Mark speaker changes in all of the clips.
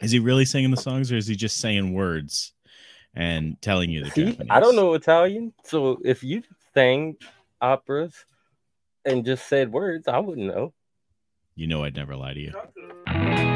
Speaker 1: Is he really singing the songs, or is he just saying words and telling you the
Speaker 2: See,
Speaker 1: Japanese?
Speaker 2: I don't know Italian, so if you sang operas and just said words, I wouldn't know.
Speaker 1: You know, I'd never lie to you.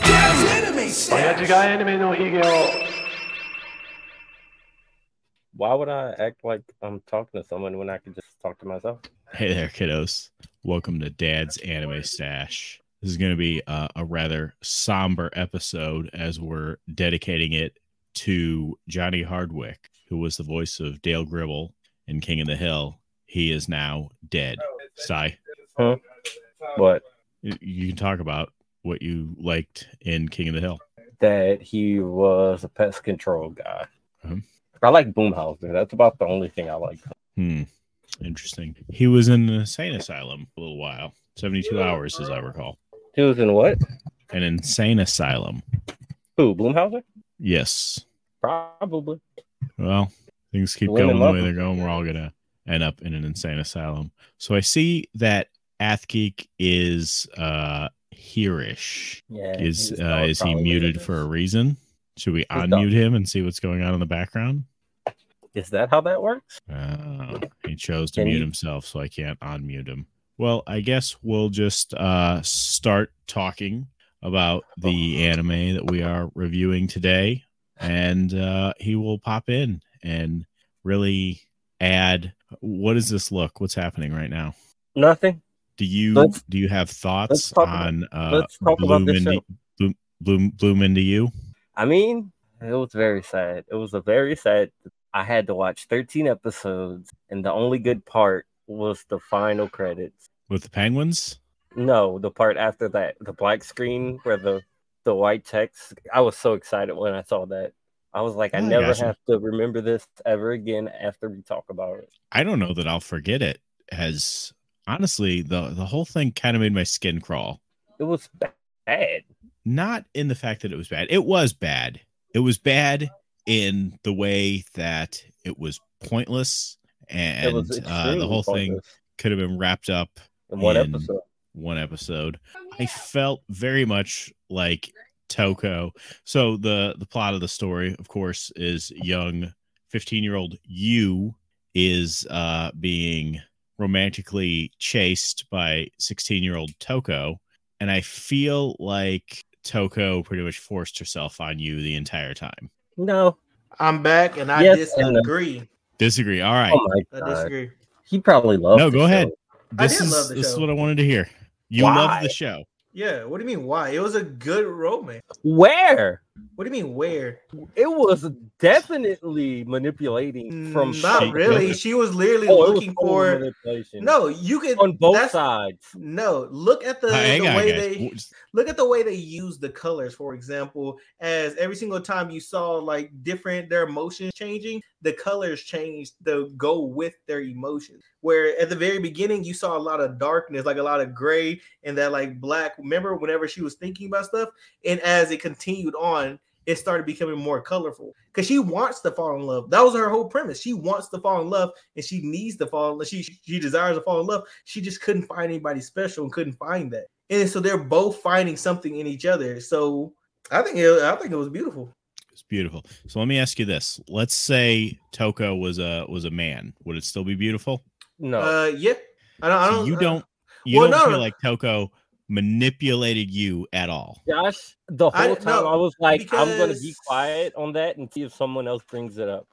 Speaker 3: Hey,
Speaker 4: 親父がエルメのヒゲを
Speaker 2: Why would I act like I'm talking to someone when I could just talk to myself?
Speaker 1: Hey there, kiddos. Welcome to Dad's Anime Stash. This is going to be uh, a rather somber episode as we're dedicating it to Johnny Hardwick, who was the voice of Dale Gribble in King of the Hill. He is now dead. Sigh.
Speaker 2: Huh? What?
Speaker 1: You- You can talk about what you liked in King of the Hill.
Speaker 2: That he was a pest control guy.
Speaker 1: Mhm.
Speaker 2: I like Boomhauser. That's about the only thing I like.
Speaker 1: Hmm. Interesting. He was in an insane asylum for a little while, 72 hours, as I recall.
Speaker 2: He was in what?
Speaker 1: An insane asylum.
Speaker 2: Who? Boomhauser?
Speaker 1: Yes.
Speaker 2: Probably.
Speaker 1: Well, things keep
Speaker 2: Women
Speaker 1: going the
Speaker 2: love
Speaker 1: way
Speaker 2: them.
Speaker 1: they're going. We're all gonna end up in an insane asylum. So I see that Athgeek is uh hearish.
Speaker 2: Yeah.
Speaker 1: Is
Speaker 2: his
Speaker 1: uh,
Speaker 2: dog
Speaker 1: is he
Speaker 2: probably was in
Speaker 1: muted
Speaker 2: this.
Speaker 1: for a reason? Should we
Speaker 2: dog.
Speaker 1: unmute him and see what's going on in the background?
Speaker 2: Is that how that works?
Speaker 1: Oh, he chose to
Speaker 2: Can
Speaker 1: mute
Speaker 2: you-
Speaker 1: himself, so I can't unmute him. Well, I guess we'll just uh, start talking about the anime that we are reviewing today, and uh, he will pop in and really add. What does this look? What's happening right now?
Speaker 2: Nothing.
Speaker 1: Do you
Speaker 2: Let's-
Speaker 1: do you have thoughts
Speaker 2: let's talk about-
Speaker 1: on uh,
Speaker 2: let's talk about
Speaker 1: Bloom
Speaker 2: this
Speaker 1: into
Speaker 2: show.
Speaker 1: Bloom, Bloom Bloom into you?
Speaker 2: I mean, it was very sad. It was a very sad. I had to watch 13 episodes, and the only good part was the final credits.
Speaker 1: with the penguins?
Speaker 2: No, the part after that, the black screen where the the white text. I was so excited when I saw that. I was like, I
Speaker 1: Oh,
Speaker 2: never
Speaker 1: gotcha.
Speaker 2: have to remember this ever again after we talk about it.
Speaker 1: I don't know that I'll forget it. As honestly, the the whole thing kind of made my skin crawl.
Speaker 2: It was bad.
Speaker 1: Not in the fact that it was bad. It was bad. It was bad in the way that it was pointless,
Speaker 2: it
Speaker 1: and
Speaker 2: was
Speaker 1: uh, the
Speaker 2: extremely
Speaker 1: whole thing
Speaker 2: pointless
Speaker 1: could have been wrapped up
Speaker 2: in one
Speaker 1: in-
Speaker 2: episode.
Speaker 1: one episode. I felt very much like Toko. So the the plot of the story, of course, is young 15-year-old you is uh being romantically chased by 16-year-old Toko, and I feel like Toko pretty much forced herself on you the entire time.
Speaker 2: No,
Speaker 4: I'm back and I
Speaker 2: Yes and no.
Speaker 4: disagree.
Speaker 1: Disagree. All right.
Speaker 2: oh my
Speaker 4: I
Speaker 2: god,
Speaker 4: disagree.
Speaker 2: he probably loved.
Speaker 1: No,
Speaker 2: the
Speaker 1: go ahead.
Speaker 2: show.
Speaker 4: I
Speaker 1: This
Speaker 4: did
Speaker 1: is
Speaker 4: love the
Speaker 1: this is
Speaker 4: show.
Speaker 1: what I wanted to hear. You
Speaker 2: Why?
Speaker 1: love the show.
Speaker 4: Yeah, what do you mean why? It was a good romance.
Speaker 2: Where
Speaker 4: What do you mean where?
Speaker 2: it was definitely manipulating from
Speaker 4: Mm, not
Speaker 1: She-
Speaker 2: Toko.
Speaker 4: really. She was literally
Speaker 2: Oh, it was
Speaker 4: looking
Speaker 2: total
Speaker 4: for
Speaker 2: manipulation.
Speaker 4: no, you could
Speaker 2: on both
Speaker 4: that's-
Speaker 2: sides.
Speaker 4: No, look at the,
Speaker 1: Hang
Speaker 4: the
Speaker 1: on,
Speaker 4: way
Speaker 1: guys.
Speaker 4: they look at the way they use the colors for example as every single time you saw like different their emotions changing the colors changed to go with their emotions where at the very beginning you saw a lot of darkness like a lot of gray and that like black remember whenever she was thinking about stuff and as it continued on it started becoming more colorful because she wants to fall in love. That was her whole premise. She wants to fall in love and she needs to fall in love. She she desires to fall in love. She just couldn't find anybody special and couldn't find that. And so they're both finding something in each other. So I think it, I think it was beautiful.
Speaker 1: It's beautiful. So let me ask you this: Let's say Toko was a was a man, would it still be beautiful?
Speaker 2: No,
Speaker 4: Uh, yeah. I don't. I
Speaker 1: So
Speaker 4: don't uh,
Speaker 1: you
Speaker 4: I-
Speaker 1: don't you
Speaker 4: well,
Speaker 1: don't
Speaker 4: no,
Speaker 1: feel
Speaker 4: no.
Speaker 1: like Toko manipulated you at all.
Speaker 2: Josh, the
Speaker 4: I-
Speaker 2: whole time
Speaker 4: no,
Speaker 2: I was like, I'm gonna be
Speaker 4: because-
Speaker 2: quiet on that and see if someone else brings it up.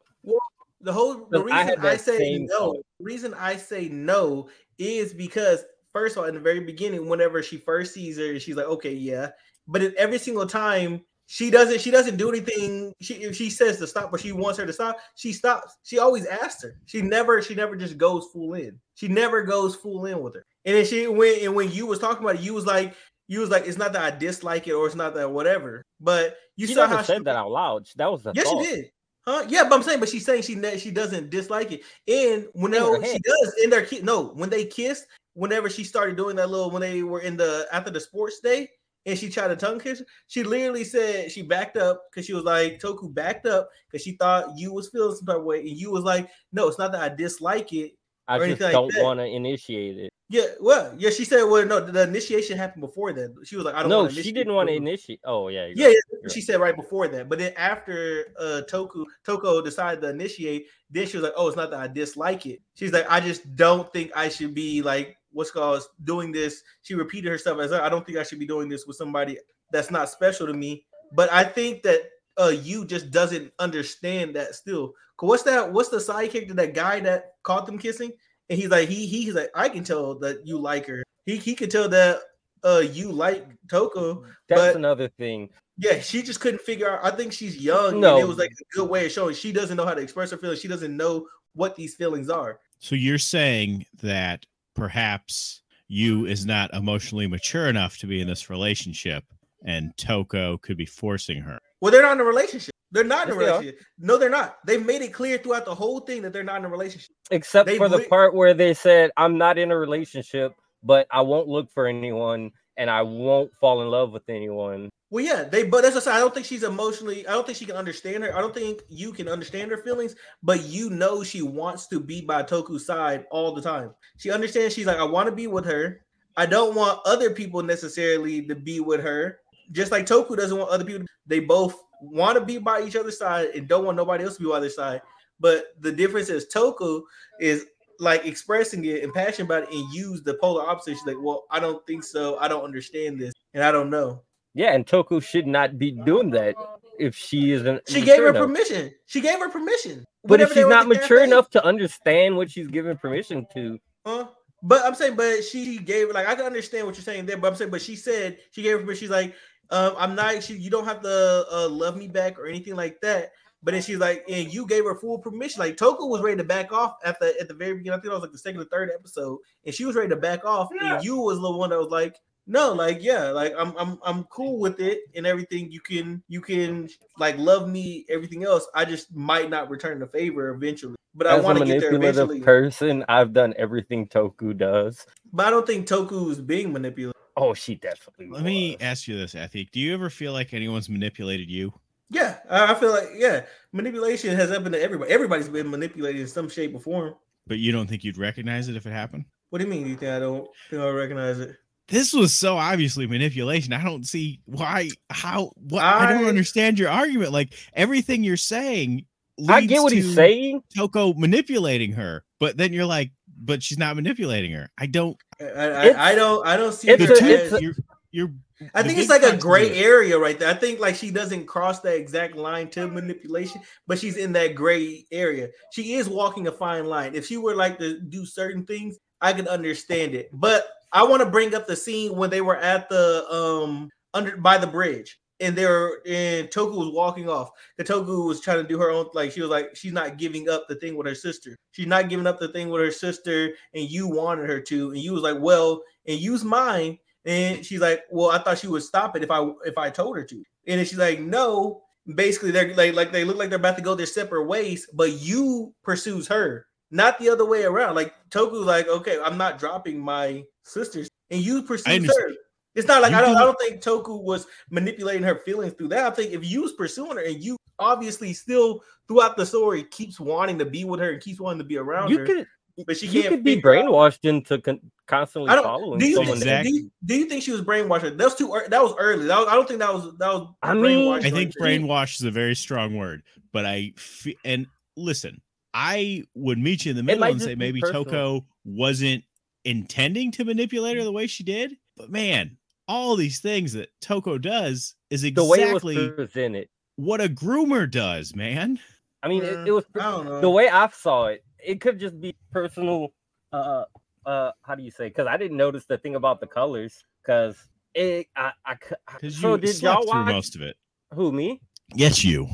Speaker 4: The whole
Speaker 2: Because
Speaker 4: the
Speaker 2: I
Speaker 4: reason
Speaker 2: had
Speaker 4: I,
Speaker 2: that
Speaker 4: say
Speaker 2: same
Speaker 4: no,
Speaker 2: thought.
Speaker 4: the reason I say no is because first of all, in the very beginning, whenever she first sees her, she's like, okay, yeah. But in every single time she doesn't, she doesn't do anything. She if she says to stop or she wants her to stop, she stops. She always asks her. She never, she never just goes full in. She never goes full in with her. And then she went and when you was talking about it, you was like, you was like, it's not that I dislike it or it's not that whatever. But you
Speaker 2: she
Speaker 4: saw
Speaker 2: never
Speaker 4: how
Speaker 2: said
Speaker 4: she,
Speaker 2: that out loud. That was the
Speaker 4: Yes,
Speaker 2: thought.
Speaker 4: she did. Huh? Yeah, but I'm saying, but she's saying she ne- she doesn't dislike it. And whenever
Speaker 2: her
Speaker 4: she
Speaker 2: head.
Speaker 4: does in their ki- no, when they kissed, whenever she started doing that little when they were in the after the sports day and she tried to tongue kiss, she literally said she backed up because she was like Toku backed up because she thought you was feeling some type of way, and you was like, no, it's not that I dislike it. or
Speaker 2: I just
Speaker 4: anything like
Speaker 2: don't
Speaker 4: that.
Speaker 2: want to initiate it.
Speaker 4: Yeah, well, yeah, she said, well, no, the initiation happened before that. She was like, I don't.
Speaker 2: No,
Speaker 4: wanna
Speaker 2: she
Speaker 4: initiate
Speaker 2: didn't want to
Speaker 4: you."
Speaker 2: initiate. Oh yeah, you're
Speaker 4: Yeah,
Speaker 2: right.
Speaker 4: yeah, she said right before that. But then after uh Toku Toko decided to initiate, then she was like, "Oh, it's not that I dislike it." She's like, "I just don't think I should be like what's called doing this." She repeated herself as, "I don't think I should be doing this with somebody that's not special to me." But I think that uh you just doesn't understand that still. 'Cause What's that? What's the side character that guy that caught them kissing? And he's like, he he- he's like, I can tell that you like her. He he could tell that uh you like Toko.
Speaker 2: That's
Speaker 4: but-
Speaker 2: another thing.
Speaker 4: Yeah, she just couldn't figure out. I think she's young.
Speaker 2: No.
Speaker 4: And it was like a good way of showing she doesn't know how to express her feelings. She doesn't know what these feelings are.
Speaker 1: So you're saying that perhaps you is not emotionally mature enough to be in this relationship, and Toko could be forcing her.
Speaker 4: Well, they're not in a relationship. They're not in a
Speaker 2: Yes, they are.
Speaker 4: relationship. No, they're not. They've made it clear throughout the whole thing that they're not in a relationship.
Speaker 2: Except
Speaker 4: They
Speaker 2: for the
Speaker 4: lit-
Speaker 2: part where they said, "I'm not in a relationship, but I won't look for anyone, and I won't fall in love with anyone."
Speaker 4: Well, yeah, they but that's what I said. I don't think she's emotionally, I don't think she can understand her. I don't think you can understand her feelings, but you know she wants to be by Toku's side all the time. She understands she's like, I want to be with her. I don't want other people necessarily to be with her. Just like Toku doesn't want other people, they both want to be by each other's side and don't want nobody else to be by their side. But the difference is Toku is like expressing it and passionate about it and use the polar opposite. She's like, Well, I don't think so. I don't understand this and I don't know.
Speaker 2: Yeah, and Toku should not be doing that if she isn't.
Speaker 4: She gave
Speaker 2: mature
Speaker 4: her
Speaker 2: enough.
Speaker 4: permission. She gave her permission.
Speaker 2: But if
Speaker 4: Whenever they
Speaker 2: she's
Speaker 4: were at
Speaker 2: not
Speaker 4: the
Speaker 2: mature
Speaker 4: cafe,
Speaker 2: enough to understand what she's given permission to,
Speaker 4: huh? But I'm saying, but she gave like I can understand what you're saying there. But I'm saying, but she said she gave her permission. She's like, um, I'm not. She, you don't have to uh, love me back or anything like that. But then she's like, and you gave her full permission. Like Toku was ready to back off at the at the very beginning. I think that was like the second or third episode, and she was ready to back off. And you was the one that was like, no, like yeah, like I'm I'm I'm cool with it and everything. You can you can like love me, everything else. I just might not return the favor eventually. But I
Speaker 2: as a
Speaker 4: want to get there eventually.
Speaker 2: manipulative person, I've done everything Toku does.
Speaker 4: But I don't think Toku is being manipulated.
Speaker 2: Oh, she definitely.
Speaker 1: Let me
Speaker 2: was.
Speaker 1: ask you this, Ethic. Do you ever feel like anyone's manipulated you?
Speaker 4: Yeah, I I feel like yeah, manipulation has happened to everybody. Everybody's been manipulated in some shape or form.
Speaker 1: But you don't think you'd recognize it if it happened?
Speaker 4: What do you mean? You think I don't? You know, I recognize it?
Speaker 1: This was so obviously manipulation. I don't see why, how, what. I, don't
Speaker 4: I-
Speaker 1: understand your argument. Like everything you're saying,
Speaker 2: I get
Speaker 1: leads
Speaker 2: what
Speaker 1: to
Speaker 2: he's saying.
Speaker 1: Toko manipulating her, but then you're like, but she's not manipulating her. I don't.
Speaker 4: I, I-
Speaker 2: It's-
Speaker 4: I, I don't. I don't see.
Speaker 1: The
Speaker 2: It's
Speaker 4: that
Speaker 2: a-
Speaker 1: two,
Speaker 4: as-
Speaker 2: it's a-
Speaker 1: you're, you're.
Speaker 4: I
Speaker 1: the
Speaker 4: think it's
Speaker 1: big
Speaker 4: like a
Speaker 1: factor
Speaker 4: gray
Speaker 1: is-
Speaker 4: area right there. I think like she doesn't cross that exact line to manipulation, but she's in that gray area. She is walking a fine line. If she were like to do certain things, I could understand it. But I want to bring up the scene when they were at the um under by the bridge and they were and Toku was walking off. The Toku was trying to do her own like she was like she's not giving up the thing with her sister. She's not giving up the thing with her sister, and you wanted her to, and you was like, well, and use mine. And she's like, "Well, I thought she would stop it if I if I told her to." And then she's like, "No." Basically, they're like like they look like they're about to go their separate ways, but you pursues her, not the other way around. Like Toku's like, "Okay, I'm not dropping my sisters," and you pursues her.
Speaker 1: understand.
Speaker 4: It's not like
Speaker 1: You
Speaker 4: I don't
Speaker 1: do-
Speaker 4: I don't think Toku was manipulating her feelings through that. I think if you was pursuing her and you obviously still throughout the story keeps wanting to be with her and keeps wanting to be around
Speaker 2: You
Speaker 4: her,
Speaker 2: could,
Speaker 4: but she
Speaker 2: you
Speaker 4: can't
Speaker 2: could be
Speaker 4: figure out-
Speaker 2: brainwashed into con- constantly
Speaker 4: I don't-
Speaker 2: following
Speaker 4: do you,
Speaker 2: someone.
Speaker 4: think,
Speaker 2: that-
Speaker 1: Exactly.
Speaker 4: do you do you think she was brainwashed? That was too. ear- That was early. That was, I don't think that was that was.
Speaker 2: I mean-
Speaker 1: I think
Speaker 4: brainwashed.
Speaker 1: brainwash is a very strong word, but I fe- and listen, I would meet you in the middle
Speaker 2: might
Speaker 1: and
Speaker 2: just
Speaker 1: say
Speaker 2: be
Speaker 1: maybe
Speaker 2: personal.
Speaker 1: Toko wasn't intending to manipulate her the way she did, but man, all these things that Toko does is
Speaker 2: The way it was
Speaker 1: exactly
Speaker 2: presented.
Speaker 1: what a groomer does, man.
Speaker 2: I mean, it, it was
Speaker 4: I don't know.
Speaker 2: the way I saw it, it could just be personal. Uh, uh, how do you say? Because I didn't notice the thing about the colors. Because it, I, I, cou- I
Speaker 1: Because
Speaker 2: so
Speaker 1: you
Speaker 2: did
Speaker 1: slept
Speaker 2: y'all
Speaker 1: through
Speaker 2: watch?
Speaker 1: most of it.
Speaker 2: Who me?
Speaker 1: Yes, you.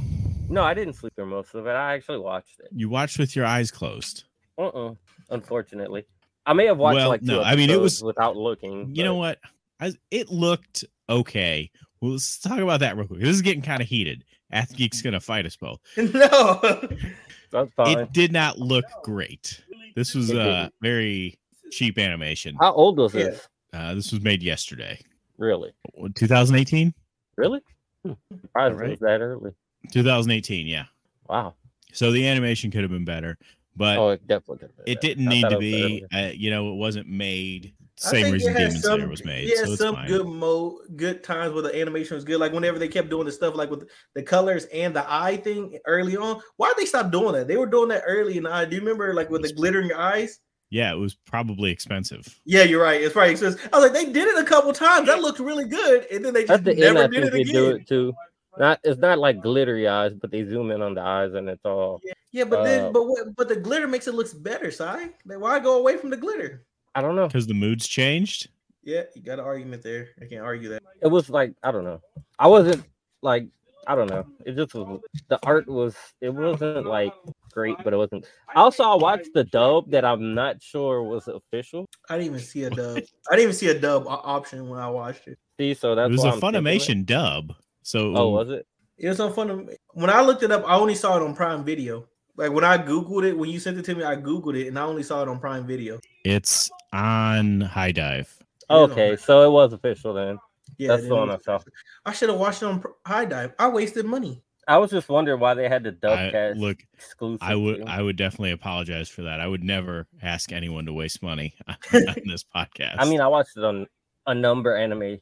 Speaker 2: No, I didn't sleep through most of it. I actually watched it.
Speaker 1: You watched with your eyes closed.
Speaker 2: Uh, uh unfortunately. I may have watched
Speaker 1: Well,
Speaker 2: like two
Speaker 1: no, I mean, it
Speaker 2: episodes
Speaker 1: was-
Speaker 2: without looking.
Speaker 1: You know what?
Speaker 2: but-
Speaker 1: I, it looked okay. Well, let's talk about that real quick. This is getting kind of heated. Athgeek's gonna fight us both.
Speaker 4: no.
Speaker 2: That's fine.
Speaker 1: It did not look great. This was
Speaker 2: It
Speaker 1: uh,
Speaker 2: didn't.
Speaker 1: very cheap animation.
Speaker 2: How old was
Speaker 4: Yeah.
Speaker 2: this?
Speaker 1: Uh, this was made yesterday,
Speaker 2: Really?
Speaker 1: 2018.
Speaker 2: Really? Hmm. Surprised it
Speaker 1: Right.
Speaker 2: was that early.
Speaker 1: 2018, yeah.
Speaker 2: Wow.
Speaker 1: So the animation could have been better, but
Speaker 2: oh, it definitely did.
Speaker 1: it didn't need to be. Uh, you know, it wasn't made.
Speaker 4: I
Speaker 1: Same
Speaker 4: think
Speaker 1: reason
Speaker 4: it had
Speaker 1: Demon Slayer was made.
Speaker 4: Yeah,
Speaker 1: so it's
Speaker 4: some
Speaker 1: fine.
Speaker 4: good mo good times where the animation was good. Like whenever they kept doing the stuff like with the colors and the eye thing early on. Why did they stop doing that? They were doing that early and I do you remember like with the glittering eyes?
Speaker 1: Yeah, it was probably expensive.
Speaker 4: Yeah, you're right. It's probably expensive. I was like, they did it a couple times. That looked really good, and then they just
Speaker 2: At the end,
Speaker 4: never
Speaker 2: I
Speaker 4: did
Speaker 2: think
Speaker 4: it
Speaker 2: they do
Speaker 4: again.
Speaker 2: it too. Not, it's not like glittery eyes, but they zoom in on the eyes, and it's all.
Speaker 4: Yeah, but
Speaker 2: Uh,
Speaker 4: then but what but the glitter makes it looks better, Sai. Like, why go away from the glitter?
Speaker 2: I don't
Speaker 4: Oh.
Speaker 2: know.
Speaker 1: Because the mood's changed.
Speaker 4: Yeah, you got an argument there. I can't argue that.
Speaker 2: It was like I don't know. I wasn't like I don't know. It just was. The art was. It wasn't like great, but it wasn't. Also, I watched the dub that I'm not sure was official.
Speaker 4: I didn't even see a dub. I didn't even see a dub o- option when I watched it.
Speaker 2: See, so that's
Speaker 1: it was
Speaker 2: why
Speaker 1: a
Speaker 2: I'm thinking it.
Speaker 1: Funimation dub. So
Speaker 2: Oh, was it?
Speaker 4: It was on fun. When I looked it up, I only saw it on Prime Video. Like when I googled it, when you sent it to me, I googled it and I only saw it on Prime Video.
Speaker 1: it's on High Dive.
Speaker 4: don't
Speaker 2: Okay,
Speaker 4: know.
Speaker 2: so it was official then.
Speaker 4: Yeah,
Speaker 2: that's
Speaker 4: then
Speaker 2: the
Speaker 4: it
Speaker 2: one I
Speaker 4: was-
Speaker 2: saw.
Speaker 4: I should have watched it on Pr- High Dive. I wasted money.
Speaker 2: I was just wondering why they had the dub
Speaker 1: I,
Speaker 2: cast
Speaker 1: look,
Speaker 2: exclusive.
Speaker 1: I would
Speaker 2: too.
Speaker 1: I would definitely apologize for that. I would never ask anyone to waste money on this podcast.
Speaker 2: I mean, I watched it on a number anime.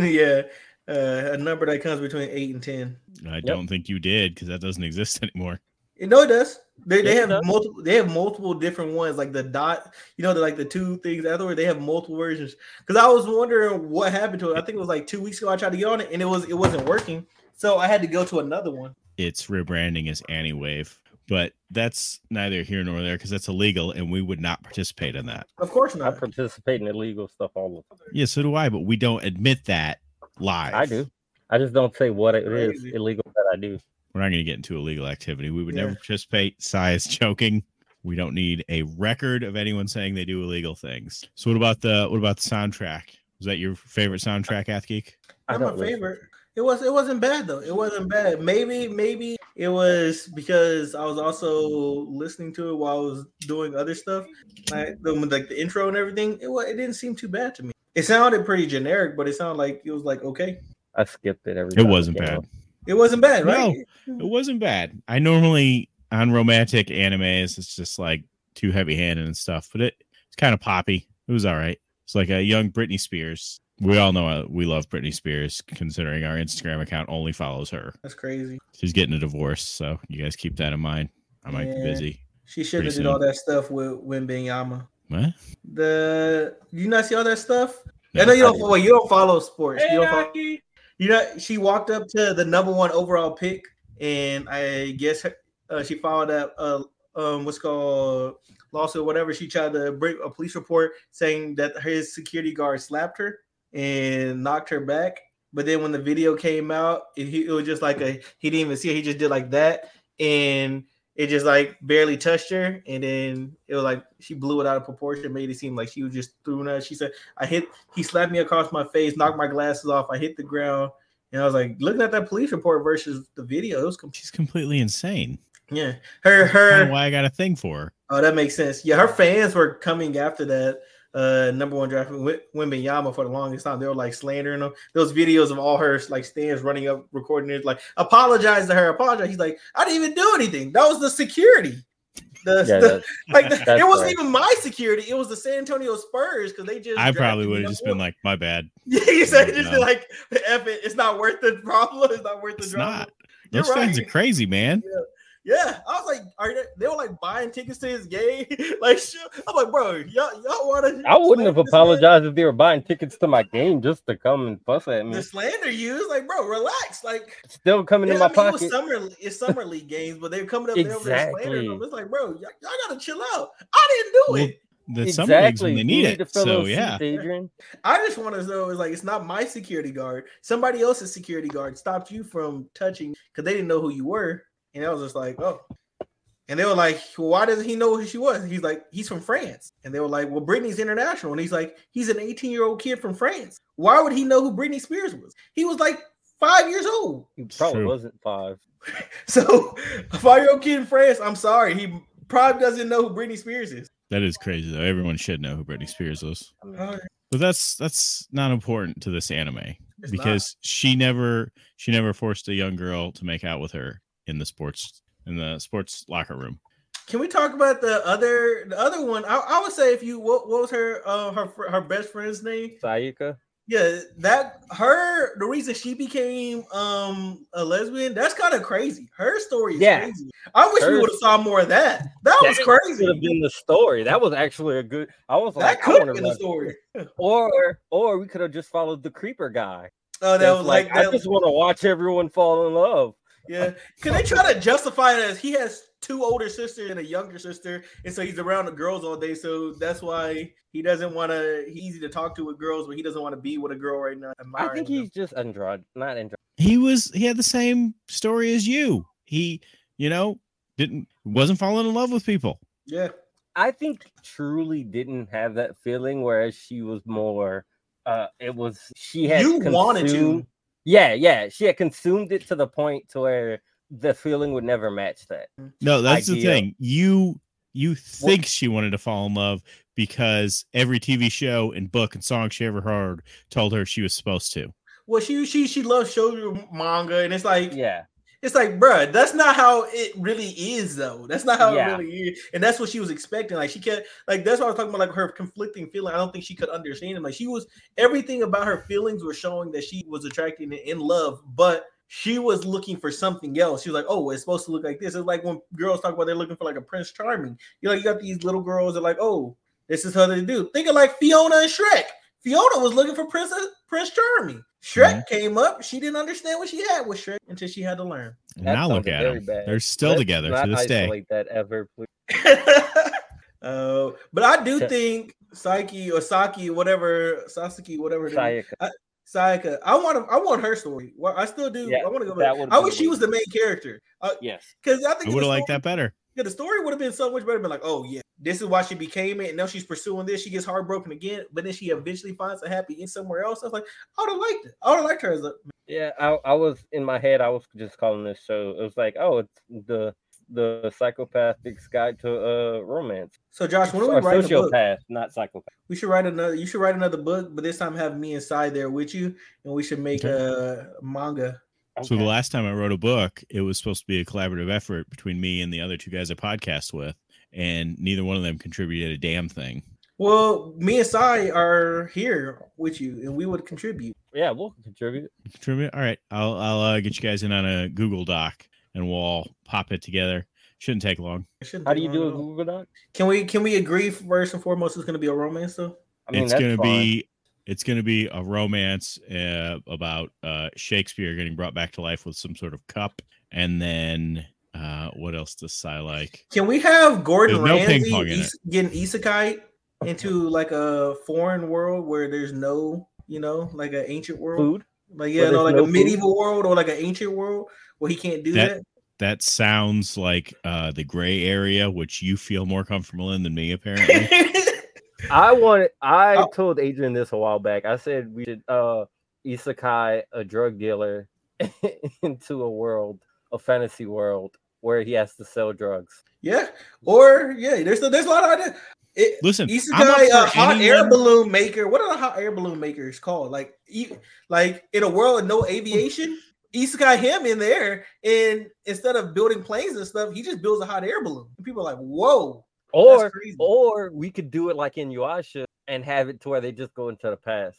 Speaker 4: yeah, uh, a number that comes between eight and ten.
Speaker 1: I don't think you did because that doesn't exist anymore.
Speaker 4: You know it does. They, they
Speaker 2: It
Speaker 4: have
Speaker 2: does.
Speaker 4: multiple. They have multiple different ones, like the dot. You know, the, like the two things afterward. They have multiple versions. Because I was wondering what happened to it. I think it was like two weeks ago. I tried to get on it, and it was it wasn't working. So I had to go to another one.
Speaker 1: It's rebranding as Annie Wave, but that's neither here nor there because that's illegal, and we would not participate in that.
Speaker 4: Of course
Speaker 2: I
Speaker 4: not.
Speaker 2: participate in illegal stuff all the time.
Speaker 1: Yeah, so do I, but we don't admit that live.
Speaker 2: I do. I just don't say what it is
Speaker 4: Crazy.
Speaker 2: illegal that I do.
Speaker 1: We're not going to get into illegal activity. We would
Speaker 4: Yeah.
Speaker 1: never participate. Sai is joking. We don't need a record of anyone saying they do illegal things. So what about the what about the soundtrack? Was that your favorite soundtrack, Athgeek?
Speaker 2: I
Speaker 4: Not
Speaker 2: don't
Speaker 4: my
Speaker 2: listen.
Speaker 4: favorite. It was it wasn't bad though. It wasn't bad. Maybe maybe it was because I was also listening to it while I was doing other stuff, like the like the intro and everything. It wa it didn't seem too bad to me. It sounded pretty generic, but it sounded like it was like okay.
Speaker 2: I skipped it every.
Speaker 1: It
Speaker 2: time
Speaker 1: wasn't
Speaker 2: came
Speaker 1: bad.
Speaker 2: up.
Speaker 4: It wasn't bad, right?
Speaker 1: It wasn't bad. I normally on romantic animes, it's just like too heavy handed and stuff, but it it's kind of poppy. It was all right. It's like a young Britney Spears. We all know uh, we love Britney Spears, considering our Instagram account only follows her.
Speaker 4: That's crazy.
Speaker 1: She's getting a divorce, so you guys keep that in mind. I might be
Speaker 4: Yeah.
Speaker 1: busy.
Speaker 4: She shouldn't have
Speaker 1: Pretty
Speaker 4: did all that stuff with Wimbenyama.
Speaker 1: What?
Speaker 4: The you not see all that stuff?
Speaker 1: No,
Speaker 4: I know you
Speaker 2: I
Speaker 4: don't.
Speaker 2: didn't.
Speaker 4: Well, you don't follow sports. you don't follow. You know, she walked up to the number one overall pick, and I guess her, uh, she filed that uh, um, what's called lawsuit, whatever. She tried to bring a police report saying that his security guard slapped her and knocked her back. But then when the video came out, it, he, it was just like a he didn't even see it. He just did like that, and it just like barely touched her. And then it was like she blew it out of proportion, made it seem like she was just throwing us. She said, "I hit he slapped me across my face, knocked my glasses off. I hit the ground, and I was like, looking at that police report versus the video, it was com-
Speaker 1: She's completely insane.
Speaker 4: yeah. Her
Speaker 1: I don't know
Speaker 4: her.
Speaker 1: why I got a thing for her.
Speaker 4: Oh, that makes sense. Yeah, her fans were coming after that. Uh, number one draft Wim- Wimbenyama for the longest time. They were like slandering him. Those videos of all her like stands running up, recording it, like apologize to her, apologize. He's like, I didn't even do anything. That was the security. The,
Speaker 2: Yeah,
Speaker 4: the-
Speaker 2: that-
Speaker 4: like the-
Speaker 2: that's
Speaker 4: it wasn't
Speaker 2: right.
Speaker 4: even my security. It was the San Antonio Spurs because they just.
Speaker 1: I
Speaker 4: drafted
Speaker 1: probably
Speaker 4: me
Speaker 1: would have
Speaker 4: number
Speaker 1: just
Speaker 4: one.
Speaker 1: been like, my bad.
Speaker 4: Yeah, you said just
Speaker 1: No.
Speaker 4: like F it. It's not worth the problem. It's not worth the
Speaker 1: It's
Speaker 4: drama.
Speaker 1: not.
Speaker 4: You're
Speaker 1: Those fans are
Speaker 4: right.
Speaker 1: crazy, man.
Speaker 4: Yeah, I was like, are they, they were like buying tickets to his game? like, shit. I'm like, bro, y'all, y'all want to?
Speaker 2: I wouldn't have apologized if they were buying tickets to my game just to come and fuss at me.
Speaker 4: The slander you It's like, bro, relax. Like,
Speaker 2: Still coming in my
Speaker 4: yeah, I mean, it was
Speaker 2: pocket.
Speaker 4: summer, it's summer league games, but they're coming up there over there slandering
Speaker 2: Exactly.
Speaker 4: them. It's like, bro, y'all, y'all gotta chill out. I didn't do
Speaker 1: Well,
Speaker 4: it.
Speaker 1: The summer leagues
Speaker 2: Exactly.
Speaker 1: when they
Speaker 2: You
Speaker 1: need
Speaker 2: to
Speaker 1: it.
Speaker 2: fill
Speaker 1: So
Speaker 2: those
Speaker 1: yeah,
Speaker 2: seats, Adrian.
Speaker 4: I just want to know is like, it's not my security guard. Somebody else's security guard stopped you from touching because they didn't know who you were, and I was just like, oh, And they were like, why doesn't he know who she was? He's like, he's from France. And they were like, well, Britney's international. And he's like, he's an 18 year old kid from France. Why would he know who Britney Spears was? He was like five years old.
Speaker 2: He probably
Speaker 1: True.
Speaker 2: wasn't five.
Speaker 4: So a five year old kid in France, I'm sorry, he probably doesn't know who Britney Spears is.
Speaker 1: That is crazy though. Everyone should know who Britney Spears is.
Speaker 2: I mean,
Speaker 4: Uh,
Speaker 1: But that's that's not important to this anime
Speaker 4: it's not.
Speaker 1: because she never she never forced a young girl to make out with her in the sports in the sports locker room.
Speaker 4: Can we talk about the other the other one? I, I would say if you what, what was her uh, her fr- her best friend's name?
Speaker 2: Sayuka.
Speaker 4: Yeah, that her the reason she became um a lesbian. That's kind of crazy. Her story is
Speaker 2: Yeah.
Speaker 4: crazy. I wish we
Speaker 2: Her-
Speaker 4: would have saw more of that. That was
Speaker 2: Could have
Speaker 4: crazy.
Speaker 2: been the story. That was actually a good. I was
Speaker 4: That
Speaker 2: like, I
Speaker 4: could
Speaker 2: wonder
Speaker 4: have been the
Speaker 2: about-
Speaker 4: story.
Speaker 2: Or or we could have just followed the creeper guy.
Speaker 4: Oh, that
Speaker 2: That's
Speaker 4: was like,
Speaker 2: I
Speaker 4: that-
Speaker 2: just want to watch everyone fall in love.
Speaker 4: yeah. Can they try to justify it as he has two older sisters and a younger sister, and so he's around the girls all day, so that's why he doesn't want to. He's easy to talk to with girls, but he doesn't want to be with a girl right now.
Speaker 2: I
Speaker 4: admiring
Speaker 2: think
Speaker 4: them.
Speaker 2: he's just Andrade, not Andrade.
Speaker 1: He was he had the same story as you. He, you know, didn't wasn't falling in love with people.
Speaker 4: yeah.
Speaker 2: I think truly didn't have that feeling, whereas she was more. Uh, it was she had
Speaker 4: You wanted
Speaker 2: consumed-
Speaker 4: to.
Speaker 2: Yeah, yeah, she had consumed it to the point to where the feeling would never match that.
Speaker 1: No, that's the
Speaker 2: idea.
Speaker 1: thing. You you think she wanted to fall in love because every TV show and book and song she ever heard told her she was supposed to.
Speaker 4: Well, she she she loves shoujo manga, and it's like
Speaker 2: Yeah,
Speaker 4: it's like, bruh, that's not how it really is, though. That's not how
Speaker 2: Yeah.
Speaker 4: it really is, and that's what she was expecting. Like she kept like that's what I was talking about, like her conflicting feeling. I don't think she could understand him. Like she was everything about her feelings were showing that she was attracted and in love, but she was looking for something else. She was like, "Oh, it's supposed to look like this." It's like when girls talk about they're looking for like a Prince Charming. You know, you got these little girls that are like, "Oh, this is how they do." Think of like Fiona and Shrek. Fiona was looking for Princess Prince Charming. Shrek
Speaker 2: Mm-hmm.
Speaker 4: came up. She didn't understand what she had with Shrek until she had to learn.
Speaker 1: And
Speaker 2: That
Speaker 1: now look
Speaker 2: sounded
Speaker 1: at
Speaker 2: very
Speaker 1: them.
Speaker 2: bad.
Speaker 1: They're still
Speaker 2: Let's
Speaker 1: together
Speaker 2: not
Speaker 1: to this day.
Speaker 2: isolate that ever, please.
Speaker 4: uh, but I do
Speaker 2: Okay.
Speaker 4: think Psyche or Saki, whatever Sasuke, whatever it is,
Speaker 2: Sayaka.
Speaker 4: Sayaka. I want to. I want her story. Well, I still do.
Speaker 2: Yeah,
Speaker 4: I want to go back.
Speaker 2: that would
Speaker 4: I
Speaker 2: be
Speaker 4: wish she
Speaker 2: weird.
Speaker 4: was the main character
Speaker 2: Yes.
Speaker 4: because I
Speaker 1: I
Speaker 4: think
Speaker 1: would have
Speaker 4: the
Speaker 1: liked
Speaker 4: story-
Speaker 1: that better.
Speaker 4: Yeah, the story would have been so much better. Been like, oh yeah, this is why she became it, and now she's pursuing this. She gets heartbroken again, but then she eventually finds a happy end somewhere else. I was like, I would have liked it. I would have liked her as a
Speaker 2: Yeah, I, I was in my head. I was just calling this show. It was like, oh, it's the the psychopathic's guide to uh romance.
Speaker 4: so Josh. When are we
Speaker 2: Or
Speaker 4: writing a book?
Speaker 2: sociopath, not psychopath.
Speaker 4: We should write another. You should write another book, but this time have me inside there with you, and we should make a manga.
Speaker 1: So the
Speaker 2: Okay.
Speaker 1: last time I wrote a book, it was supposed to be a collaborative effort between me and the other two guys I podcast with, and neither one of them contributed a damn thing.
Speaker 4: Well, me and Sai are here with you, and we would contribute.
Speaker 2: yeah, we'll contribute.
Speaker 1: Contribute. All right, I'll I'll uh, get you guys in on a Google Doc and we'll all pop it together. Shouldn't take long.
Speaker 4: It shouldn't
Speaker 2: How do
Speaker 4: take
Speaker 2: you
Speaker 4: long
Speaker 2: do a
Speaker 4: at all.
Speaker 2: Google Doc?
Speaker 4: Can we can we agree first and foremost? It's going to be a romance, though.
Speaker 2: I mean,
Speaker 1: it's
Speaker 2: that's
Speaker 1: gonna
Speaker 2: fine.
Speaker 1: be it's gonna be a romance uh, about uh, Shakespeare getting brought back to life with some sort of cup, and then uh, what else does Psy like?
Speaker 4: Can we have Gordon
Speaker 1: There's no
Speaker 4: Ramsay
Speaker 1: ping-pong in
Speaker 4: is- getting isekai into like a foreign world where there's no, you know, like an ancient world,
Speaker 2: food.
Speaker 4: like
Speaker 2: where
Speaker 4: yeah, no,
Speaker 2: there's
Speaker 4: like
Speaker 2: no
Speaker 4: a
Speaker 2: food?
Speaker 4: medieval world or like an ancient world where he can't do
Speaker 1: That-
Speaker 4: that.
Speaker 1: That sounds like uh, the gray area, which you feel more comfortable in than me, apparently.
Speaker 2: I wanted. I
Speaker 4: Oh.
Speaker 2: told Adrian this a while back. I said we should uh isekai a drug dealer into a world, a fantasy world where he has to sell drugs.
Speaker 4: Yeah, or yeah, there's a, there's a lot of ideas. It,
Speaker 1: Listen,
Speaker 4: Isekai,
Speaker 1: I'm up
Speaker 4: a
Speaker 1: for
Speaker 4: hot air
Speaker 1: anyone-
Speaker 4: balloon maker. What are the hot air balloon makers called? Like, e- like in a world of no aviation, Isekai him in there, and instead of building planes and stuff, he just builds a hot air balloon. And people are like, "Whoa!" that's
Speaker 2: Or
Speaker 4: crazy.
Speaker 2: or we could do it like in Yuasha and have it to where they just go into the past.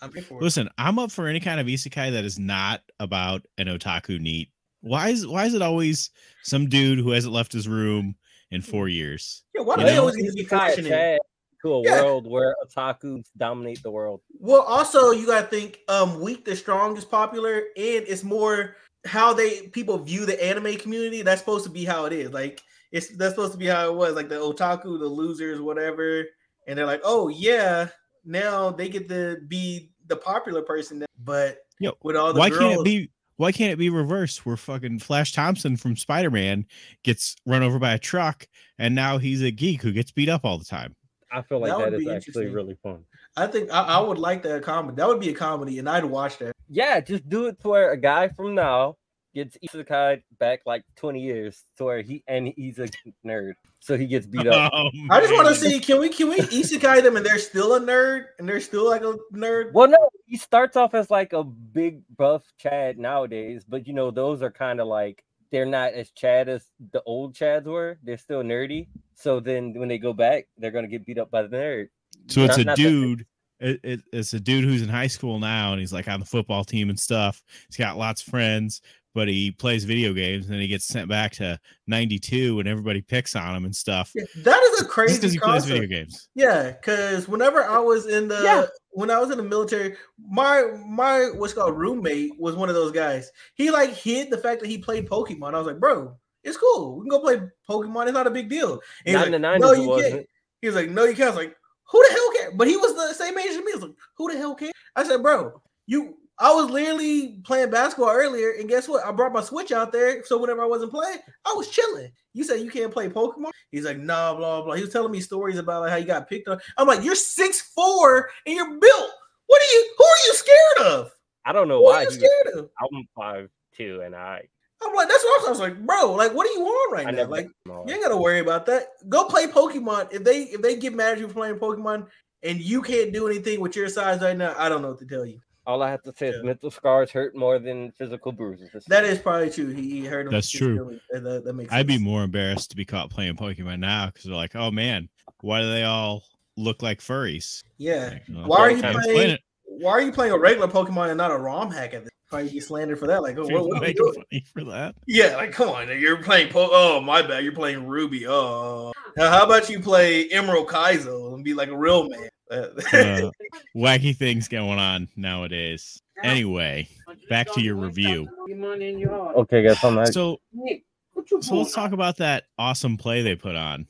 Speaker 4: I'm here for it.
Speaker 1: Listen, I'm up for any kind of isekai that is not about an otaku neat. Why is why is it always some dude who hasn't left his room in
Speaker 4: Hmm.
Speaker 1: four years?
Speaker 4: Yeah, why do
Speaker 1: You
Speaker 4: they
Speaker 1: know,
Speaker 4: always need to be
Speaker 2: Isekai
Speaker 4: fortunate?
Speaker 2: Chad to a
Speaker 4: Yeah.
Speaker 2: world where otakus dominate the world.
Speaker 4: Well, also you gotta think um weak the strong is popular, and it's more how they people view the anime community. That's supposed to be how it is. Like it's that's supposed to be how it was. Like the otaku, the losers, whatever, and they're like, oh yeah, now they get to be the popular person. now." But
Speaker 1: Yo,
Speaker 4: with all Oh, the
Speaker 1: why
Speaker 4: girls,
Speaker 1: can't it be Why can't it be reversed? Where fucking Flash Thompson from Spider Man gets run over by a truck, and now he's a geek who gets beat up all the time.
Speaker 2: I feel like
Speaker 4: That would
Speaker 2: that is
Speaker 4: be
Speaker 2: actually
Speaker 4: interesting.
Speaker 2: really fun.
Speaker 4: I think I, I would like that comedy. That would be a comedy, and I'd watch that.
Speaker 2: Yeah, just do it to where a guy from now gets isekai back like 20 years to where he and he's a nerd. So he gets beat up.
Speaker 1: Oh,
Speaker 4: I just
Speaker 1: man.
Speaker 4: want to see can we can we isekai them and they're still a nerd and they're still like a nerd.
Speaker 2: well, no, he starts off as like a big buff Chad nowadays, but you know, those are kind of like they're not as Chad as the old Chads were. They're still nerdy. So then when they go back, they're gonna get beat up by the nerd.
Speaker 1: So it's
Speaker 2: Not-
Speaker 1: a
Speaker 2: not that-
Speaker 1: dude. It, it, it's a dude who's in high school now, and he's like on the football team and stuff. He's got lots of friends, but he plays video games, and then he gets sent back to '92, and everybody picks on him and stuff.
Speaker 4: Yeah, That is a
Speaker 1: Just because
Speaker 4: crazy
Speaker 1: he plays
Speaker 4: concept.
Speaker 1: video games.
Speaker 4: Yeah, because whenever I was in the
Speaker 2: Yeah.
Speaker 4: when I was in the military, my my what's called roommate was one of those guys. He like hid the fact that he played Pokemon. I was like, bro, it's cool. We can go play Pokemon. It's not a big deal. And
Speaker 2: Not
Speaker 4: he's
Speaker 2: in the
Speaker 4: like,
Speaker 2: 90s,
Speaker 4: no,
Speaker 2: it
Speaker 4: you
Speaker 2: wasn't.
Speaker 4: can't. He was like, no, you can't. I was like, who the hell cares? But he was the same age as me. I was like, who the hell cares? I said, bro, you. I was literally playing basketball earlier, and guess what? I brought my Switch out there, so whenever I wasn't playing, I was chilling. You said you can't play Pokemon. He's like, nah, blah blah. He was telling me stories about like, how you got picked on. I'm like, you're six four and you're built. What are you? Who are you scared of?
Speaker 2: I don't know
Speaker 4: Who are
Speaker 2: why
Speaker 4: you
Speaker 2: he was,
Speaker 4: scared of?
Speaker 2: I'm five two and I
Speaker 4: I'm like, that's what I was, I was like, bro. Like, what are you on right
Speaker 2: I
Speaker 4: now?
Speaker 2: never
Speaker 4: Like,
Speaker 2: no.
Speaker 4: you ain't gotta worry about that. Go play Pokemon. If they if they get mad at you for playing Pokemon and you can't do anything with your size right now, I don't know what to tell you.
Speaker 2: All I have to say is
Speaker 4: Yeah.
Speaker 2: mental scars hurt more than physical bruises.
Speaker 4: That is probably true. He, he heard him.
Speaker 1: That's
Speaker 4: He's
Speaker 1: true.
Speaker 4: feeling- That, that- that makes.
Speaker 1: I'd be
Speaker 4: sense.
Speaker 1: more embarrassed to be caught playing Pokemon now because they're like, "Oh man, why do they all look like furries?"
Speaker 4: Yeah.
Speaker 1: Like, well,
Speaker 4: Why are you
Speaker 1: can't
Speaker 4: playing-
Speaker 1: explain it.
Speaker 4: Why are you playing a regular Pokemon and not a ROM hack at this? Probably get slandered for that. Like, oh, what,
Speaker 1: People
Speaker 4: what are you
Speaker 1: making
Speaker 4: doing?
Speaker 1: fun of you for that.
Speaker 4: Yeah, like come on, you're playing po- oh my bad, you're playing Ruby. Oh, now how about you play Emerald Kaizo and be like a real man? Uh,
Speaker 1: Uh, wacky things going on nowadays. Anyway, back to your review.
Speaker 2: Okay, guys, I'm not.
Speaker 1: so so let's talk about that awesome play they put on.